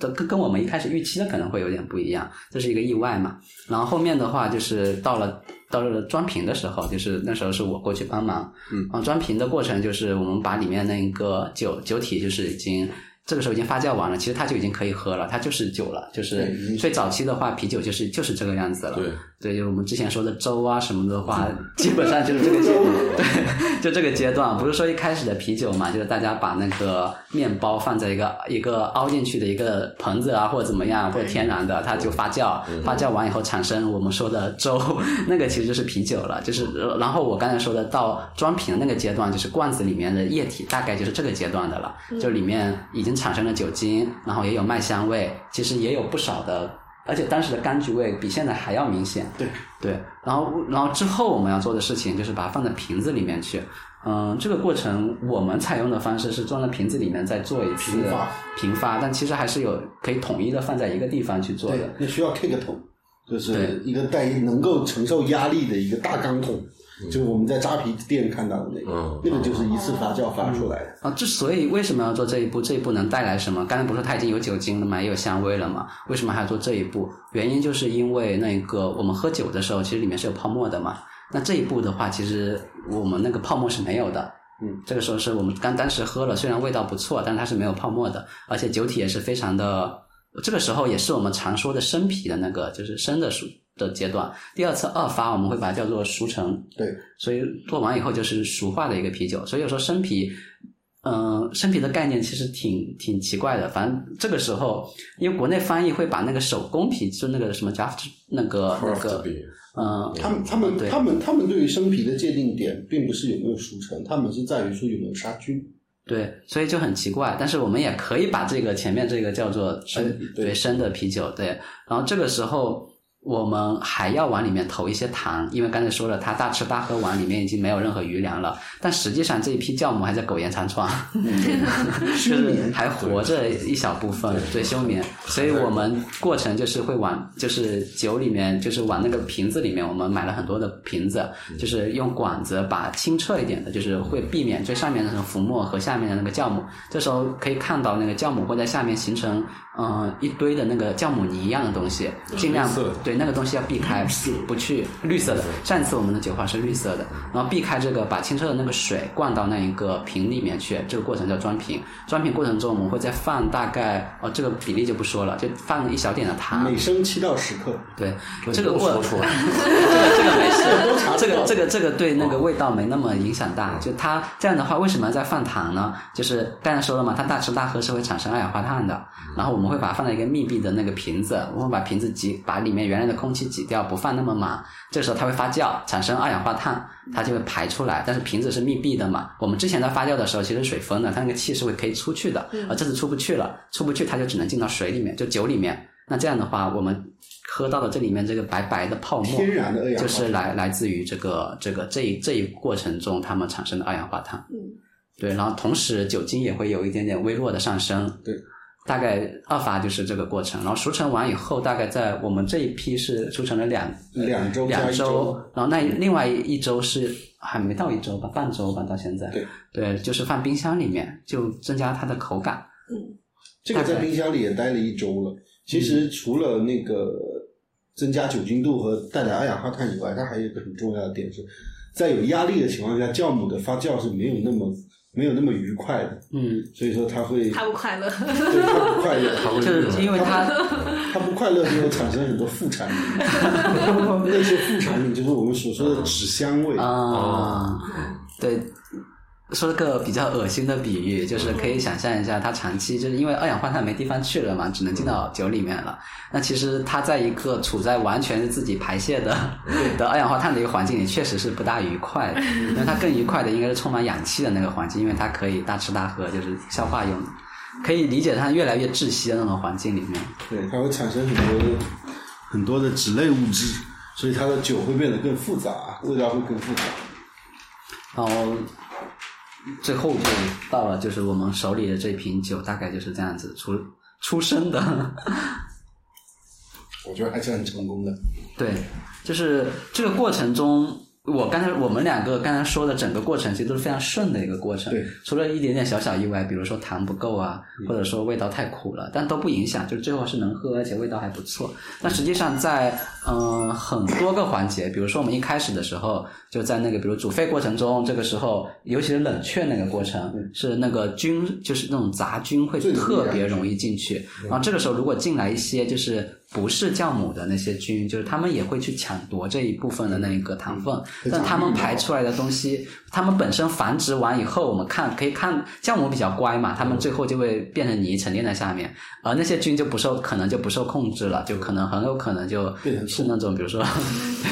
都跟跟我们一开始预期的可能会有点不一样，这是一个意外嘛。然后后面的话就是到了到了装瓶的时候，就是那时候是我过去帮忙，
嗯
然后装瓶的过程就是我们把里面那个酒酒体就是已经。这个时候已经发酵完了，其实它就已经可以喝了，它就是酒了，就是
对已经
最早期的话，啤酒就是就是这个样子了。
对，
对，就我们之前说的粥啊什么的话，基本上就是这个阶段，对，就这个阶段，不是说一开始的啤酒嘛，就是大家把那个面包放在一个一个凹进去的一个盆子啊，或者怎么样，或者天然的，它就发酵，发酵完以后产生我们说的粥， (laughs) 那个其实就是啤酒了，就是呃然后我刚才说的到装瓶的那个阶段，就是罐子里面的液体，大概就是这个阶段的了，就里面已经产生了酒精，然后也有麦香味，其实也有不少的而且当时的柑橘味比现在还要明显。
对
对，然后然后之后我们要做的事情就是把它放在瓶子里面去。嗯，这个过程我们采用的方式是装在瓶子里面再做一次
平发
平发，但其实还是有可以统一的放在一个地方去做
对
的。，
那需要 kick 桶，就是一个带能够承受压力的一个大钢桶，就是我们在扎啤店看到的那
嗯
个，那个就是一次发酵发出来的。
啊，之所以为什么要做这一步，这一步能带来什么？刚才不是说它已经有酒精了嘛，也有香味了嘛，为什么还要做这一步？原因就是因为那个我们喝酒的时候，其实里面是有泡沫的嘛。那这一步的话，其实我们那个泡沫是没有的。
嗯，
这个时候是我们刚当时喝了，虽然味道不错，但是它是没有泡沫的，而且酒体也是非常的。这个时候也是我们常说的生啤的那个，就是生的熟的阶段。第二次二发，我们会把它叫做熟成。
对，
所以做完以后就是熟化的一个啤酒。所以有时候生啤，嗯、生啤的概念其实挺挺奇怪的。反正这个时候，因为国内翻译会把那个手工啤，就那个什么 draft 那个那
craft
个，
beer，
嗯、
他们他们
对
他们他们对于生啤的界定点，并不是有没有熟成，他们是在于说有没有杀菌。
对，所以就很奇怪。但是我们也可以把这个前面这个叫做生、
生啤对
对生的啤酒，对。然后这个时候我们还要往里面投一些糖，因为刚才说了，它大吃大喝完里面已经没有任何余粮了。但实际上这一批酵母还在苟延残喘，就是还活着一小部分，对休眠。所以我们过程就是会往就是酒里面，就是往那个瓶子里面，我们买了很多的瓶子，就是用管子把清澈一点的，就是会避免最上面的那种浮沫和下面的那个酵母。这时候可以看到那个酵母会在下面形成嗯、呃一堆的那个酵母泥一样的东西，尽量
绿色的
对那个东西要避
嗯
开，不去绿色的。上一次我们的酒花是绿色的，然后避开这个，把清澈的那个水灌到那一个瓶里面去，这个过程叫装瓶。装瓶过程中我们会再放大概哦这个比例就不说了，就放一小点的糖 (laughs)
每。升七到十克，
对，这个
嗯不
过 (laughs)
说出来，
这个这个没事，这个这这个这个对那个味道没那么影响大。就它这样的话，为什么要再放糖呢？就是刚才说了嘛，它大吃大喝是会产生二氧化碳的。然后我们会把它放在一个密闭的那个瓶子，我们把瓶子挤，把里面原来的空气挤掉，不放那么满。这时候它会发酵，产生二氧化碳，它就会排出来。但是瓶子是密闭的嘛，我们之前在发酵的时候其实水封的，它那个气是会可以出去的，而这次出不去了，出不去它就只能进到水里面，就酒里面。那这样的话，我们喝到的这里面这个白白的泡沫，
天然的二氧化碳
就是来来自于这个这个这一这一过程中它们产生的二氧化碳。
嗯，
对，然后同时酒精也会有一点点微弱的上升。
对，
大概二发就是这个过程。然后熟成完以后，大概在我们这一批是熟成了两
两周加
两
一周，
然后那另外一周是还没到一周吧，半周吧，到现在。
对，
对，就是放冰箱里面，就增加它的口感。
这个在冰箱里也待了一周了。其
嗯
实除了那个增加酒精度和带来二氧化碳以外，它还有一个很重要的点是，在有压力的情况下，酵母的发酵是没有那么没有那么愉快的，
嗯，
所以说它会
太不快乐。
对它不
(laughs)
快乐，
就是因为它
它不快乐就会产生很多
(laughs)
副产品，那些副产品就是我们所说的纸香味
啊、对，说个比较恶心的比喻，就是可以想象一下，它长期就是因为二氧化碳没地方去了嘛，只能进到酒里面了。那其实它在一个处在完全是自己排泄的 (laughs) 的二氧化碳的一个环境里，确实是不大愉快的。那它更愉快的应该是充满氧气的那个环境，因为它可以大吃大喝，就是消化用的。可以理解它越来越窒息的那种环境里面，
对，它会产生很多的很多的脂类物质，所以它的酒会变得更复杂，味道会更复杂。
然后最后就到了，就是我们手里的这瓶酒，大概就是这样子出出生的。
我觉得还是很成功的。
对，就是这个过程中，我刚才我们两个刚才说的整个过程，其实都是非常顺的一个过程。
对，
除了一点点小小意外，比如说糖不够啊，或者说味道太苦了，但都不影响，就是最后是能喝，而且味道还不错。那实际上在嗯、呃很多个环节，比如说我们一开始的时候，就在那个比如煮沸过程中，这个时候尤其是冷却那个过程，是那个菌就是那种杂菌会
嗯最容易嗯
特
染
别容易进去。然后这个时候如果进来一些就是不是酵母的那些菌，就是他们也会去抢夺这一部分的那个糖分，
嗯
但他们排出来的东西，他们本身繁殖完以后，我们看可以看酵母比较乖嘛，
嗯
他们最后就会变成泥沉淀在下面，啊而那些菌就不受可能就不受控制了，就可能很有可能就
变成醋
是那种比
(laughs)
如说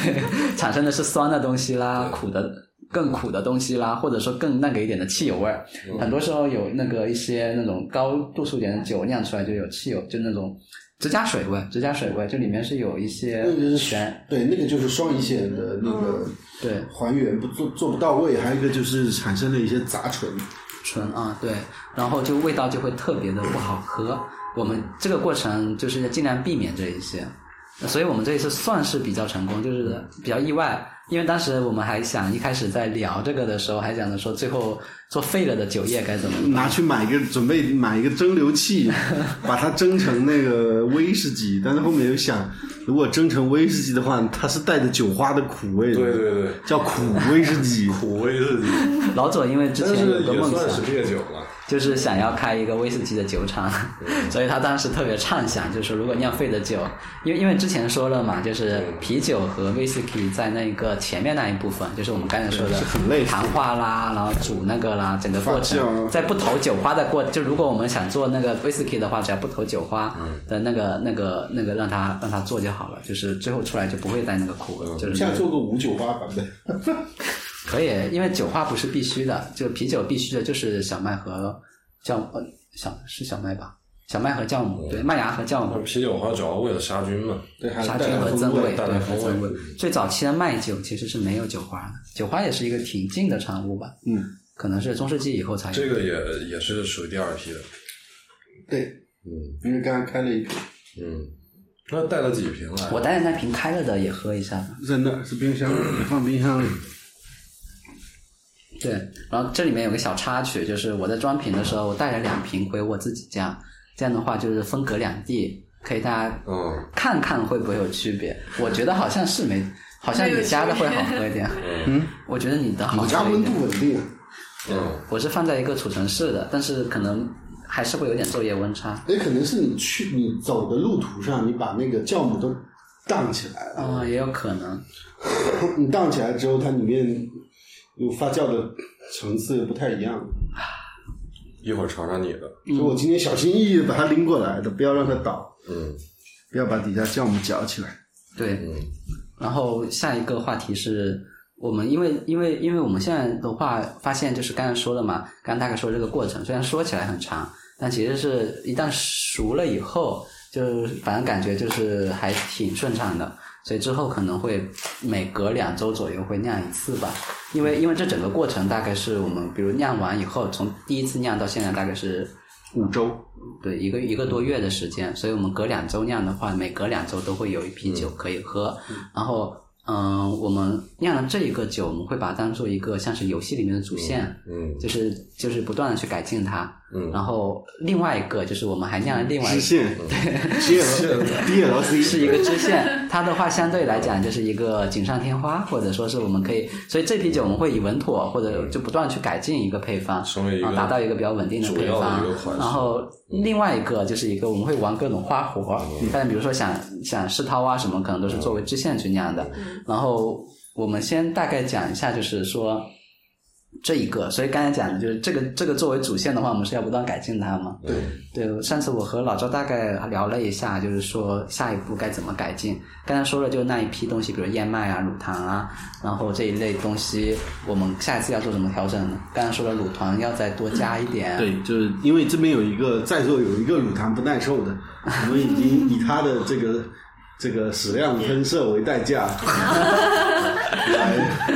对产生的是酸的东西啦，苦的。更苦的东西啦，或者说更那个一点的汽油味儿，
嗯
很多时候有那个一些那种高度数一点的酒酿出来就有汽油，就那种指甲水味，指甲水味，就里面是有一些
那个是
悬，
对，那个就是双乙酰的那个
对
还原不做做不到位，还有一个就是产生了一些杂醇。
醇啊，对，然后就味道就会特别的不好喝。我们这个过程就是要尽量避免这一些，所以我们这一次算是比较成功，就是比较意外，因为当时我们还想一开始在聊这个的时候，还想着说最后做废了的酒液该怎么办。
拿去买一个，准备买一个蒸馏 (laughs) 器，把它蒸成那个威士忌。但是后面又想，如果蒸成威士忌的话，它是带着酒花的苦味的，
对对对，
叫苦威士忌。
(laughs) 苦威士忌，
老左因为之
但
前
是
有个
也
梦
算是
想，
烈酒了。
就是想要开一个威士忌的酒厂， (laughs) 所以他当时特别畅想，就是说如果酿废的酒，因为因为之前说了嘛，就是啤酒和威士忌在那个前面那一部分，就是我们刚才说的
是很类似
糖化啦，然后煮那个啦，整个过
发酵
程
啊
在不投酒花的过，就如果我们想做那个威士忌的话，只要不投酒花
嗯
的那个那个那个让它让它做就好了，就是最后出来就不会带那个苦味，就是
下做个无酒花版本，
可以，因为酒花不是必须的，就啤酒必须的就是小麦和酵呃小是小麦吧，小麦和酵母，对，
嗯
麦芽和酵
那
母，
啤酒的话，主要为了杀菌嘛。
对，还
杀
带
菌
来
和增
风
味，
嗯带
对，
来
和
风
增
味嗯
味。最早期的麦酒其实是没有酒花的，酒花也是一个挺近的产物吧，
嗯，
可能是中世纪以后才有。
这个也也是属于第二批的。
对，
嗯
因为刚刚开了一瓶，
嗯，那带了几瓶来？
我带着那瓶开了的也喝一下吧。
在那儿是冰箱，放冰箱里。
对，然后这里面有个小插曲，就是我在装瓶的时候，我带了两瓶回我自己家，这样的话就是分隔两地，可以大家
嗯
看看会不会有区别。我觉得好像是没，好像你家的会好喝一点。嗯， (laughs) 我觉得你的好
我家
喝一
温
点。
度稳定，啊
嗯，
我是放在一个储存室的，但是可能还是会有点昼夜温差。
也可能是你去你走的路途上，你把那个酵母都荡起来了。
啊嗯，也有可能。
你荡起来之后，它里面有发酵的层次又不太一样，
一会儿尝尝你的，
所以我今天小心翼翼地把它拎过来的，不要让它倒，
嗯
不要把底下酵母搅起来。
对，
嗯
然后下一个话题是我们，因为因为因为我们现在的话，发现就是刚才说的嘛，刚刚大概说这个过程，虽然说起来很长，但其实是一旦熟了以后，就是反正感觉就是还挺顺畅的。所以之后可能会每隔两周左右会酿一次吧，因为因为这整个过程大概是我们比如酿完以后，从第一次酿到现在大概是
五周，
对，一个一个多月的时间，所以我们隔两周酿的话，每隔两周都会有一批
嗯
酒可以喝。然后，嗯、我们酿了这一个酒，我们会把它当做一个像是游戏里面的主线，
嗯
就是就是不断的去改进它。
嗯，
然后另外一个就是我们还酿了另外一
支
个。
线，DL DLC
是一个支线，它的话相对来讲就是一个锦上添花，或者说是我们可以，所以这批酒我们会以稳妥或者就不断去改进一个配方，
成嗯为一个
啊达到一个比较稳定的配
主要
方
的一个款。式
然后另外一个就是一个我们会玩各种花活，但比如说想想世涛啊什么，可能都是作为支线去酿的。然后我们先大概讲一下，就是说。这一个，所以刚才讲的就是这个，这个作为主线的话，我们是要不断改进它嘛。
对，
对，上次我和老赵大概聊了一下，就是说下一步该怎么改进。刚才说了，就是那一批东西，比如燕麦啊、乳糖啊，然后这一类东西，我们下一次要做什么调整呢？刚才说了，乳糖要再多加一点。啊
对，就是因为这边有一个在座有一个乳糖不耐受的，我们已经以他的这个这个矢量喷射为代价，来，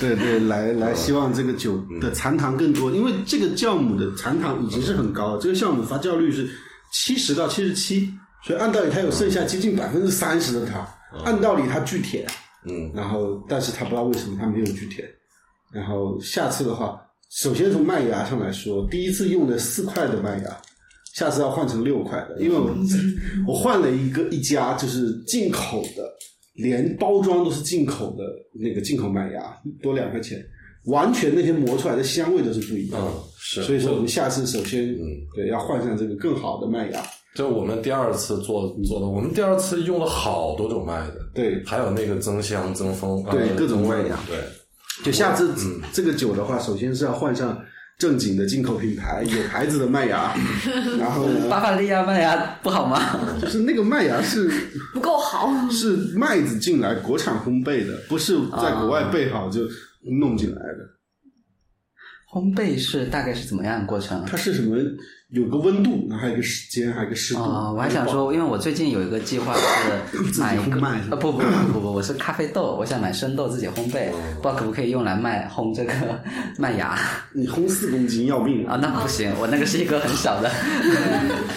对对，来来，希望这个酒的残糖更多，因为这个酵母的残糖已经是很高了，这个酵母发酵率是七十到七十七，所以按道理它有剩下接近百分之三十的糖，按道理它巨甜，
嗯，
然后但是他不知道为什么他没有去填。然后下次的话，首先从麦芽上来说，第一次用的四块的麦芽，下次要换成六块的，因为我我换了一个一家就是进口的，连包装都是进口的那个进口麦芽，多两块钱，完全那些磨出来的香味都是不一样的。
嗯是，
所以说，我们下次首先，
嗯
对，要换上这个更好的麦芽。
这我们第二次做做的，我们第二次用了好多种麦的，
对
还有那个增香、增风，
对
呃
各种麦芽
对，
就下次
嗯
这个酒的话，首先是要换上正经的进口品牌，有牌子的麦芽，
(laughs)
然后呢，
巴伐利亚麦芽不好吗？
就是那个麦芽是
(laughs) 不够好。
是麦子进来国产烘焙的，不是在国外备好就弄进来的。
烘焙是大概是怎么样的过程？
它是什么？有个温度，然后还有一个时间，还有一个湿度。
啊
哦，我还想说，因为我最近有一个计划是买一
自己
个
烘麦哦
啊，不不不不不，我是咖啡豆，我想买生豆自己烘焙，不知道可不可以用来卖烘这个 (laughs) 麦芽
你烘四公斤要命
啊？！那不行，我那个是一个很小的。
啊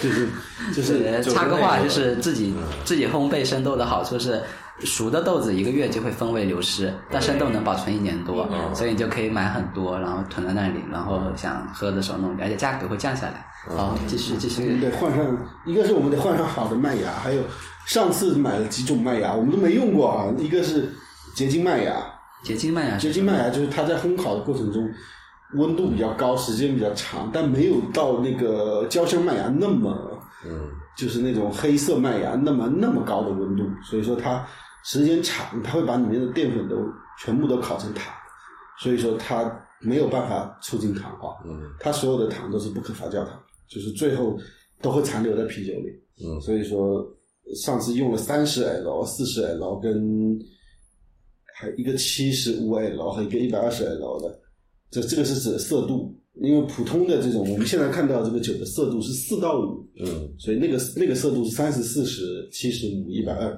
就是就是嗯
插个话，就是自己自己烘焙生豆的好处是，熟的豆子一个月就会风味流失，但生豆能保存一年多，
嗯
所以你就可以买很多，然后囤在那里，然后想喝的时候弄，而且价格会降下来。
嗯
好，继续继
我们
续。
得换上，一个是我们得换上好的麦芽，还有上次买了几种麦芽，我们都没用过啊。一个是结晶麦芽，
结晶麦啊 (laughs) 芽
结
是
晶麦芽就是它在烘烤的过程中，温度比较高，时间比较长，但没有到那个焦香麦芽那么，
嗯，
就是那种黑色麦芽那么那么高的温度，所以说它时间长，它会把里面的淀粉都全部都烤成糖，所以说它没有办法促进糖化，
嗯
它所有的糖都是不可发酵糖，就是最后都会残留在啤酒里。
嗯
所以说上次用了三十 L、四十 L 跟还一个七十五 L 和一个一百二十 L 的，这这个是指色度，因为普通的这种我们现在看到这个酒的色度是四到五，
嗯
所以那个那个色度是三十四十、七十五、一百二，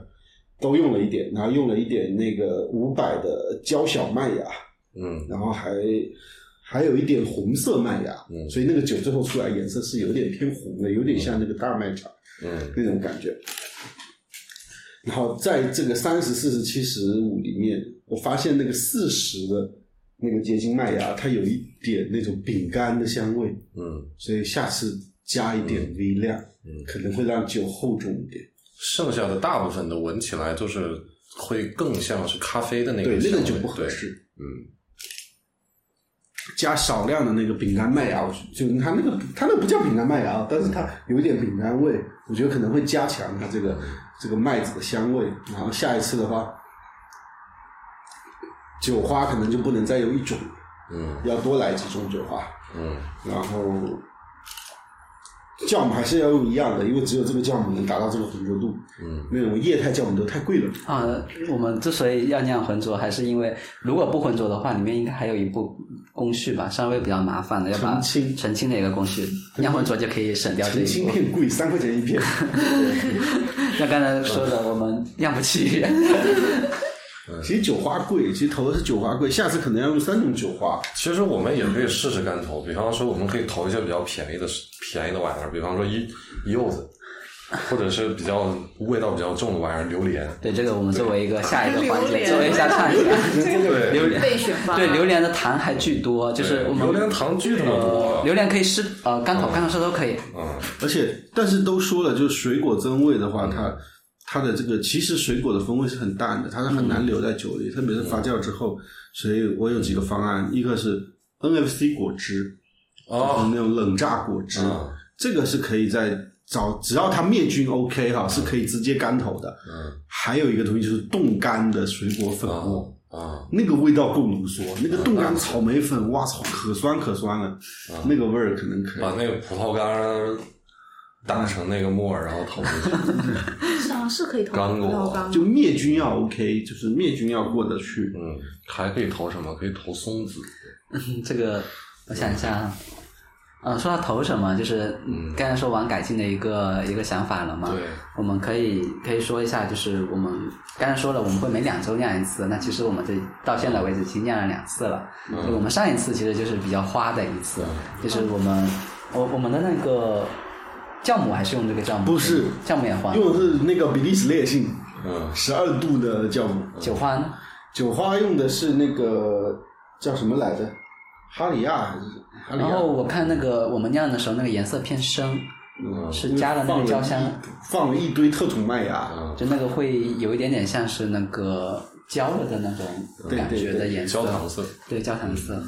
都用了一点，然后用了一点那个五百的娇小麦芽，
嗯
然后还还有一点红色麦芽，
嗯
所以那个酒最后出来颜色是有点偏红的，有点像那个大麦茶。
嗯
那种感觉。然后在这个三十、四十、七十五里面，我发现那个四十的那个结晶麦芽，它有一点那种饼干的香味，
嗯，
所以下次加一点微量，
嗯
可能会让酒厚重一点。
剩下的大部分的闻起来就是会更像是咖啡的那个
对，那
香
个
味
就不合
对
适。
嗯
加少量的那个饼干麦芽，我就它那个它那个不叫饼干麦芽，啊但是它有一点饼干味，我觉得可能会加强它这个这个麦子的香味。然后下一次的话，酒花可能就不能再有一种，
嗯
要多来几种酒花。
嗯
然后酵母还是要用一样的，因为只有这个酵母能达到这个浑浊度。
嗯，
那种液态酵母都太贵了。
啊、我们之所以要酿浑浊，还是因为如果不浑浊的话，里面应该还有一步工序吧，稍微比较麻烦的，要把
澄清
澄清的一个工序，酿浑浊就可以省掉这
澄
一
清
步。
片贵，三块钱一片。
像刚才说
嗯
的，我们酿不起。
其实酒花贵，其实投的是酒花贵，下次可能要用三种酒花。
其实我们也可以试试干投，比方说我们可以投一些比较便宜的便宜的玩意儿，比方说柚
(laughs)
柚子，或者是比较味道比较重的玩意儿，榴莲。
对这个，我们作为一个下一个环
榴
节，
莲
作为一下畅想。
对，
榴莲
备选吧。
对榴莲的糖还巨多，就是我们
榴莲糖巨他妈
呃
多，
榴莲可以吃呃干烤、
嗯
干烤烧都可以。
嗯
而且，但是都说了，就是水果增味的话，它它的这个其实水果的风味是很淡的，它是很难留在酒
嗯
里，特别是发酵之后。所以我有几个方案，一个是 NFC 果汁，就是
哦，
那种冷榨果汁，
嗯
这个是可以在找，只要它灭菌 OK 哈，是可以直接干投的。
嗯
还有一个东西就是冻干的水果粉末。
啊啊
那个味道够浓缩，那
嗯
个冻干草莓粉，哇操，可酸可酸了，那个味儿可能可以。
把那个葡萄干儿
嗯
打成那个沫儿，然后
(laughs)
投进去。
是啊，是可以投
刚
葡
果
萄干
就灭菌要 OK，就是灭菌要过得去。
嗯，还可以投什么？可以投松子。
嗯这个我想一下啊，呃，说到投什么，就是嗯刚才说完改进的一个一个想法了嘛。
对，
我们可以可以说一下，就是我们刚才说了，我们会每两周酿一次。那其实我们这到现在为止已经酿了两次了。
嗯
就我们上一次其实就是比较花的一次，就是我们我我们的那个酵母还是用这个酵母，
不是
酵母也花，
用的是那个比利时烈性，
嗯
十二度的酵母。
酒花呢
酒花用的是那个叫什么来着？哈里亚还是哈里亚？
然后我看那个我们酿的时候，那个颜色偏深，
嗯
是加了那个焦香，
放了一堆特种麦芽，
嗯，
就那个会有一点点像是那个焦了的那种
对
感觉
对
的
对
颜色，
焦糖色。
对焦糖色。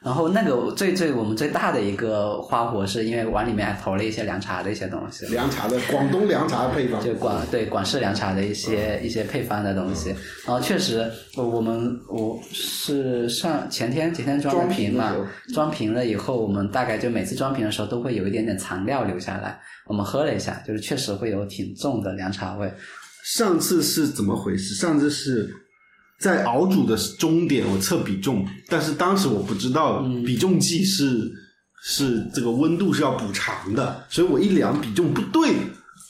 然后那个最最我们最大的一个花火，是因为往里面还投了一些凉茶的一些东西，
凉茶的广东凉茶配方。
就广对广式凉茶的一些
嗯
一些配方的东西。然后确实，我我们我是上前天前天装的
装瓶
瓶嘛
的时候，
装瓶了以后，我们大概就每次装瓶的时候都会有一点点残料留下来。我们喝了一下，就是确实会有挺重的凉茶味。
上次是怎么回事？上次是在熬煮的终点，我测比重，但是当时我不知道
嗯
比重计是、是这个温度是要补偿的，所以我一量比重不对，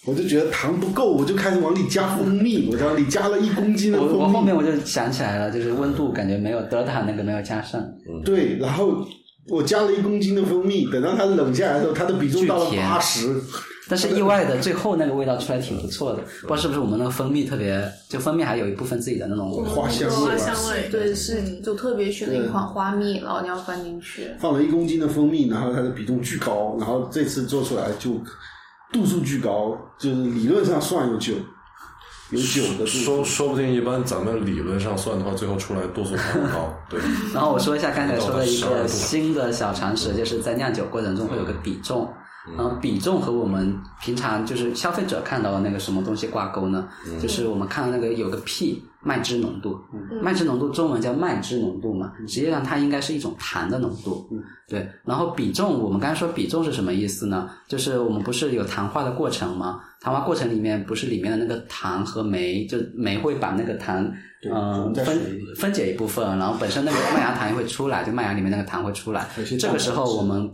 我就觉得糖不够，我就开始往里加
(laughs)
蜂蜜，我往里加了一公斤的
我我后
蜂蜜
面，我就想起来了，就是温度感觉没有德塔那个没有加上，
对，然后我加了一公斤的蜂蜜，等到它冷下来的时候，它的比重到了
巨甜
八十，
但是意外的最后那个味道出来挺不错的。不知道是不是我们那个蜂蜜特别，就蜂蜜还有一部分自己的那种
花香
花
味吧。
香味，嗯
对，是就特别选了一款花蜜，然后你要放进去。
放了一公斤的蜂蜜，然后它的比重巨高，然后这次做出来就度数巨高，就是理论上算有酒，有酒的度
说
数。
说不定一般咱们理论上算的话，最后出来度数很高。
(laughs)
对，
然后我说一下刚才说的一
12
个
度
新的小常识，就是在酿酒过程中会有个比重。
嗯
然
啊
后呃比重和我们平常就是消费者看到的那个什么东西挂钩呢？就是我们看到那个有个 P 麦汁浓度，
嗯
麦汁浓度中文叫麦汁浓度嘛，实际上它应该是一种糖的浓度。
嗯
对，然后比重，我们刚才说比重是什么意思呢？就是我们不是有糖化的过程吗？糖化过程里面不是里面的那个糖和酶，就酶会把那个糖
对
嗯
溶在
分
水里
分解一部分，然后本身那个麦芽糖也会出来，就麦芽里面那个糖会出来
有些。
这个时候
蛋白质
我们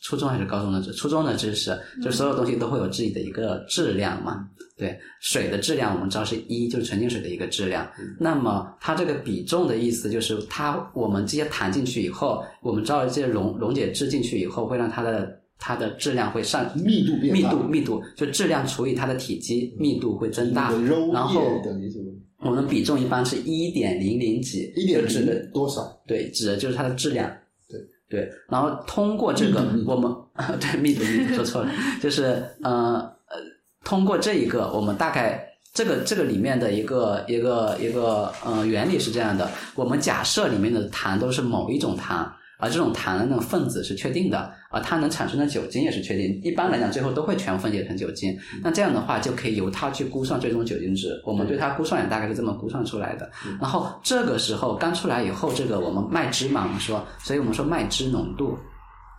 初中还是高中的知初中的知识，就所有东西都会有自己的一个质量嘛。对，水的质量我们知道是一，就是纯净水的一个质量。
嗯
那么它这个比重的意思就是它，我们这些弹进去以后，我们知道这些溶溶解质进去以后，会让它的它的质量会上
密度变
密
大嗯
度密度就质量除以它的体积，密度会增大
那个。肉
然后
液等于什么？
我们比重一般是一点零零几，
一点
就指的
零多少？
对，指的就是它的质量。
对
对，然后通过这个，我们 (laughs) 对密度密度说错了，就是呃呃，通过这一个，我们大概这个这个里面的一个一个一个呃原理是这样的：我们假设里面的糖都是某一种糖，而这种糖的那种分子是确定的，而它能产生的酒精也是确定。一般来讲，最后都会全分解成酒精。那这样的话，就可以由它去估算最终酒精值。我们对它估算也大概是这么估算出来的。然后这个时候刚出来以后，这个我们麦汁嘛，我们说，所以我们说麦汁浓度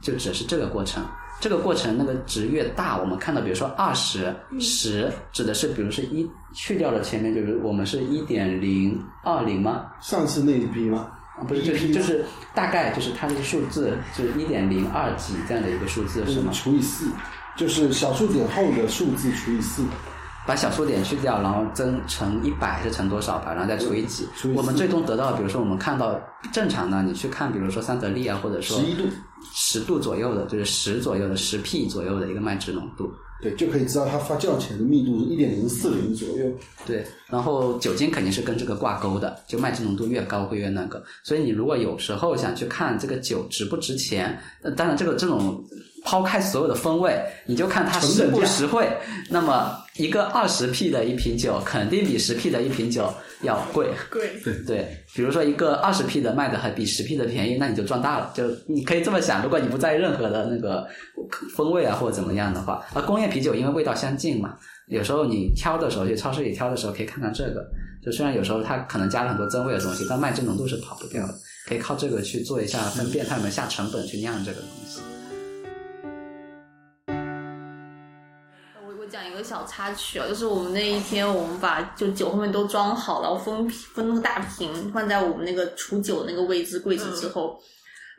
就只是这个过程。这个过程那个值越大，我们看到，比如说二十、十，指的是，比如是一去掉了前面，就比如我们是一点零二零吗？
上次那一批吗？
啊，不是，就是就是大概就是它这个数字就是一点零二几这样的一个数字是吗？
除以四，就是小数点后的数字除以四。
把小数点去掉，然后增乘一百是乘多少吧，然后再除以几
除以，四
我们最终得到，比如说我们看到正常的，你去看，比如说三得利啊，或者说
11度
十度左右的，就是十左右的十 P 左右的一个麦汁浓度。
对，就可以知道它发酵前的密度一点零四零左右。
对，然后酒精肯定是跟这个挂钩的，就麦汁浓度越高会越那个。所以你如果有时候想去看这个酒值不值钱，呃当然这个这种抛开所有的风味，你就看它
成
实
本
不
价
实惠。那么一个二十 P 的一瓶酒，肯定比十 P 的一瓶酒要贵。
贵，
对，比如说一个二十 P 的卖的还比十 P 的便宜，那你就赚大了。就你可以这么想，如果你不在意任何的那个风味啊或者怎么样的话，啊而工业啤酒因为味道相近嘛，有时候你挑的时候去超市里挑的时候可以看看这个。就虽然有时候它可能加了很多增味的东西，但麦汁浓度是跑不掉的，可以靠这个去做一下分辨，它有没有下成本去酿这个东西。
我我讲一个小插曲啊，就是我们那一天，我们把就酒后面都装好了，封封那个大瓶嗯放在我们那个储酒那个位置柜子之后，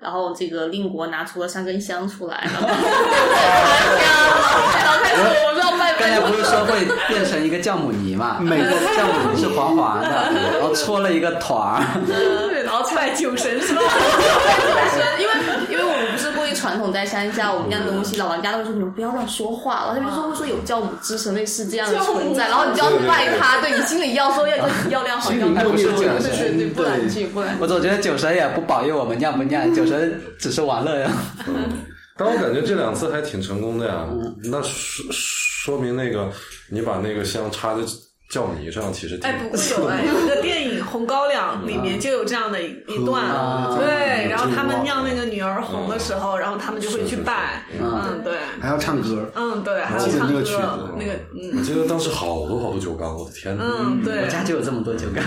然后这个令国拿出了三根香出来，然后然后开始我们要卖
刚才
卖
不是说会变成一个酵母泥嘛？
(laughs) 每个
酵母泥是黄黄的，然后搓了一个团儿。
(laughs) 对，然后出来酒神 (laughs) 是吧？因为因为我们不是过于传统，在乡下我们酿东西，老玩家都会说你们不要乱说话，然后他们就说会说有酵母之神类似这样的存在，然后你就要拜他，对你心里要说要要量好，
心里
要量好，
默
念
对
酒神
对对，不然句 (laughs) 不然
我总觉得酒神也不保佑我们酿不酿，酒神只是玩乐呀。
嗯但我感觉这两次还挺成功的呀。
嗯
那说说明那个你把那个香插在酵泥上，其实挺
哎，不会有哎，有一个电影《红高粱》里面就有这样的一一段，
啊
对，然后他们酿那个女儿红的时候，然后他们就会去拜，
是是是
嗯，对，
还要唱歌，
嗯，对，还有
我记得
唱
那
歌
个曲子，
那个，
我
嗯
记得当时好多好多酒缸，我的天呐。
嗯，对
我，家就有这么多酒缸，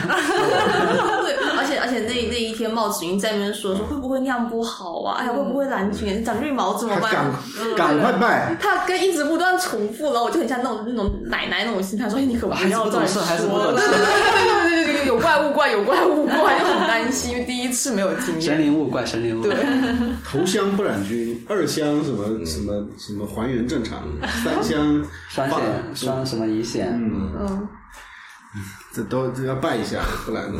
对，而且而且那那一天帽子云在那边说说会不会酿不好啊？哎呀，会不会蓝菌长绿毛怎么
他
办
赶？赶快卖，
他跟一直不断重复，然后我就很像那种那种奶奶那种心态，说哎你可
还
不
是
要
不懂
乱说
事，
了，
还是不懂
对对
事。
对对对对，有怪物怪有怪物 (laughs) 怪，就很担心，因为第一次没有经
(laughs) 神
验。
灵勿怪神灵勿怪。
头香不染菌，二香什么什么什么还原正常，三香
双
忘了
险双什么乙险？
嗯，
嗯，
这都这要拜一下，不然呢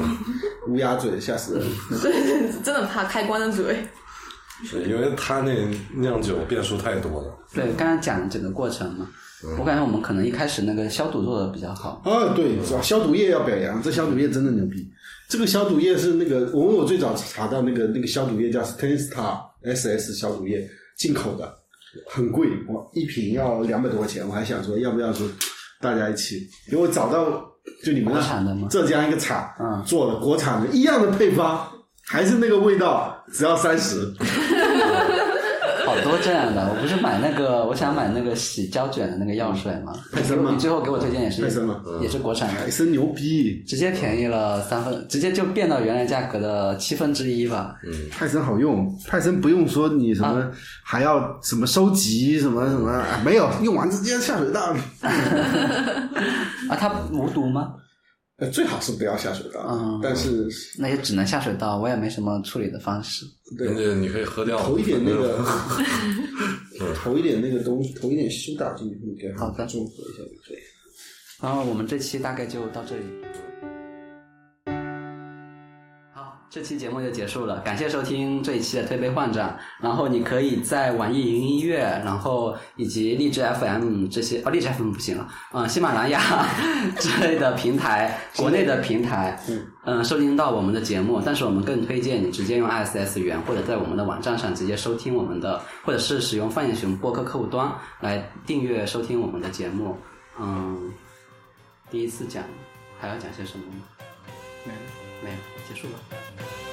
乌鸦嘴吓死人。
对，真的怕开关的嘴。
是因为他那酿酒变数太多了。
对，刚刚讲整个过程嘛，
嗯
我感觉我们可能一开始那个消毒做的比较好。
啊，对，是吧消毒液要表扬，这消毒液真的牛逼。这个消毒液是那个，我我最早查到那个那个消毒液叫 Stenstar SS 消毒液，进口的，很贵，我一瓶要两百多块钱，我还想说要不要说大家一起，因为我找到就你们
国产的吗
那浙江一个厂，
嗯
做了国产的一样的配方，还是那个味道，只要三十，
好多这样的，我不是买那个，我想买那个洗胶卷的那个药水嘛。
泰森吗
你最后给我推荐也是
泰森吗嗯
也是国产的
还，是牛逼，
直接便宜了三分，直接就变到原来价格的七分之一吧。
泰森好用，泰森不用说你什么，
啊
还要什么收集什么什么，啊没有用完直接下水道。
啊，它无毒吗？
呃，最好是不要下水道，
嗯
但是
那也只能下水道，我也没什么处理的方式。
对
人家你可以喝掉，
投一点那个， (laughs) 投一点那个东，投一点苏打进去会比较
好的
中和一下就可以。
然后我们这期大概就到这里。好，这期节目就结束了，感谢收听这一期的推杯换盏。然后你可以在网易云音乐，然后以及荔枝 FM 这些哦，荔枝 FM 不行了，嗯，喜马拉雅 (laughs) 之类的平台，国内的平台，嗯，收听到我们的节目。但是我们更推荐你直接用 RSS 源，或者在我们的网站上直接收听我们的，或者是使用范彦雄播客客户端来订阅收听我们的节目。嗯，第一次讲，还要讲些什么吗？没没有，结束吧。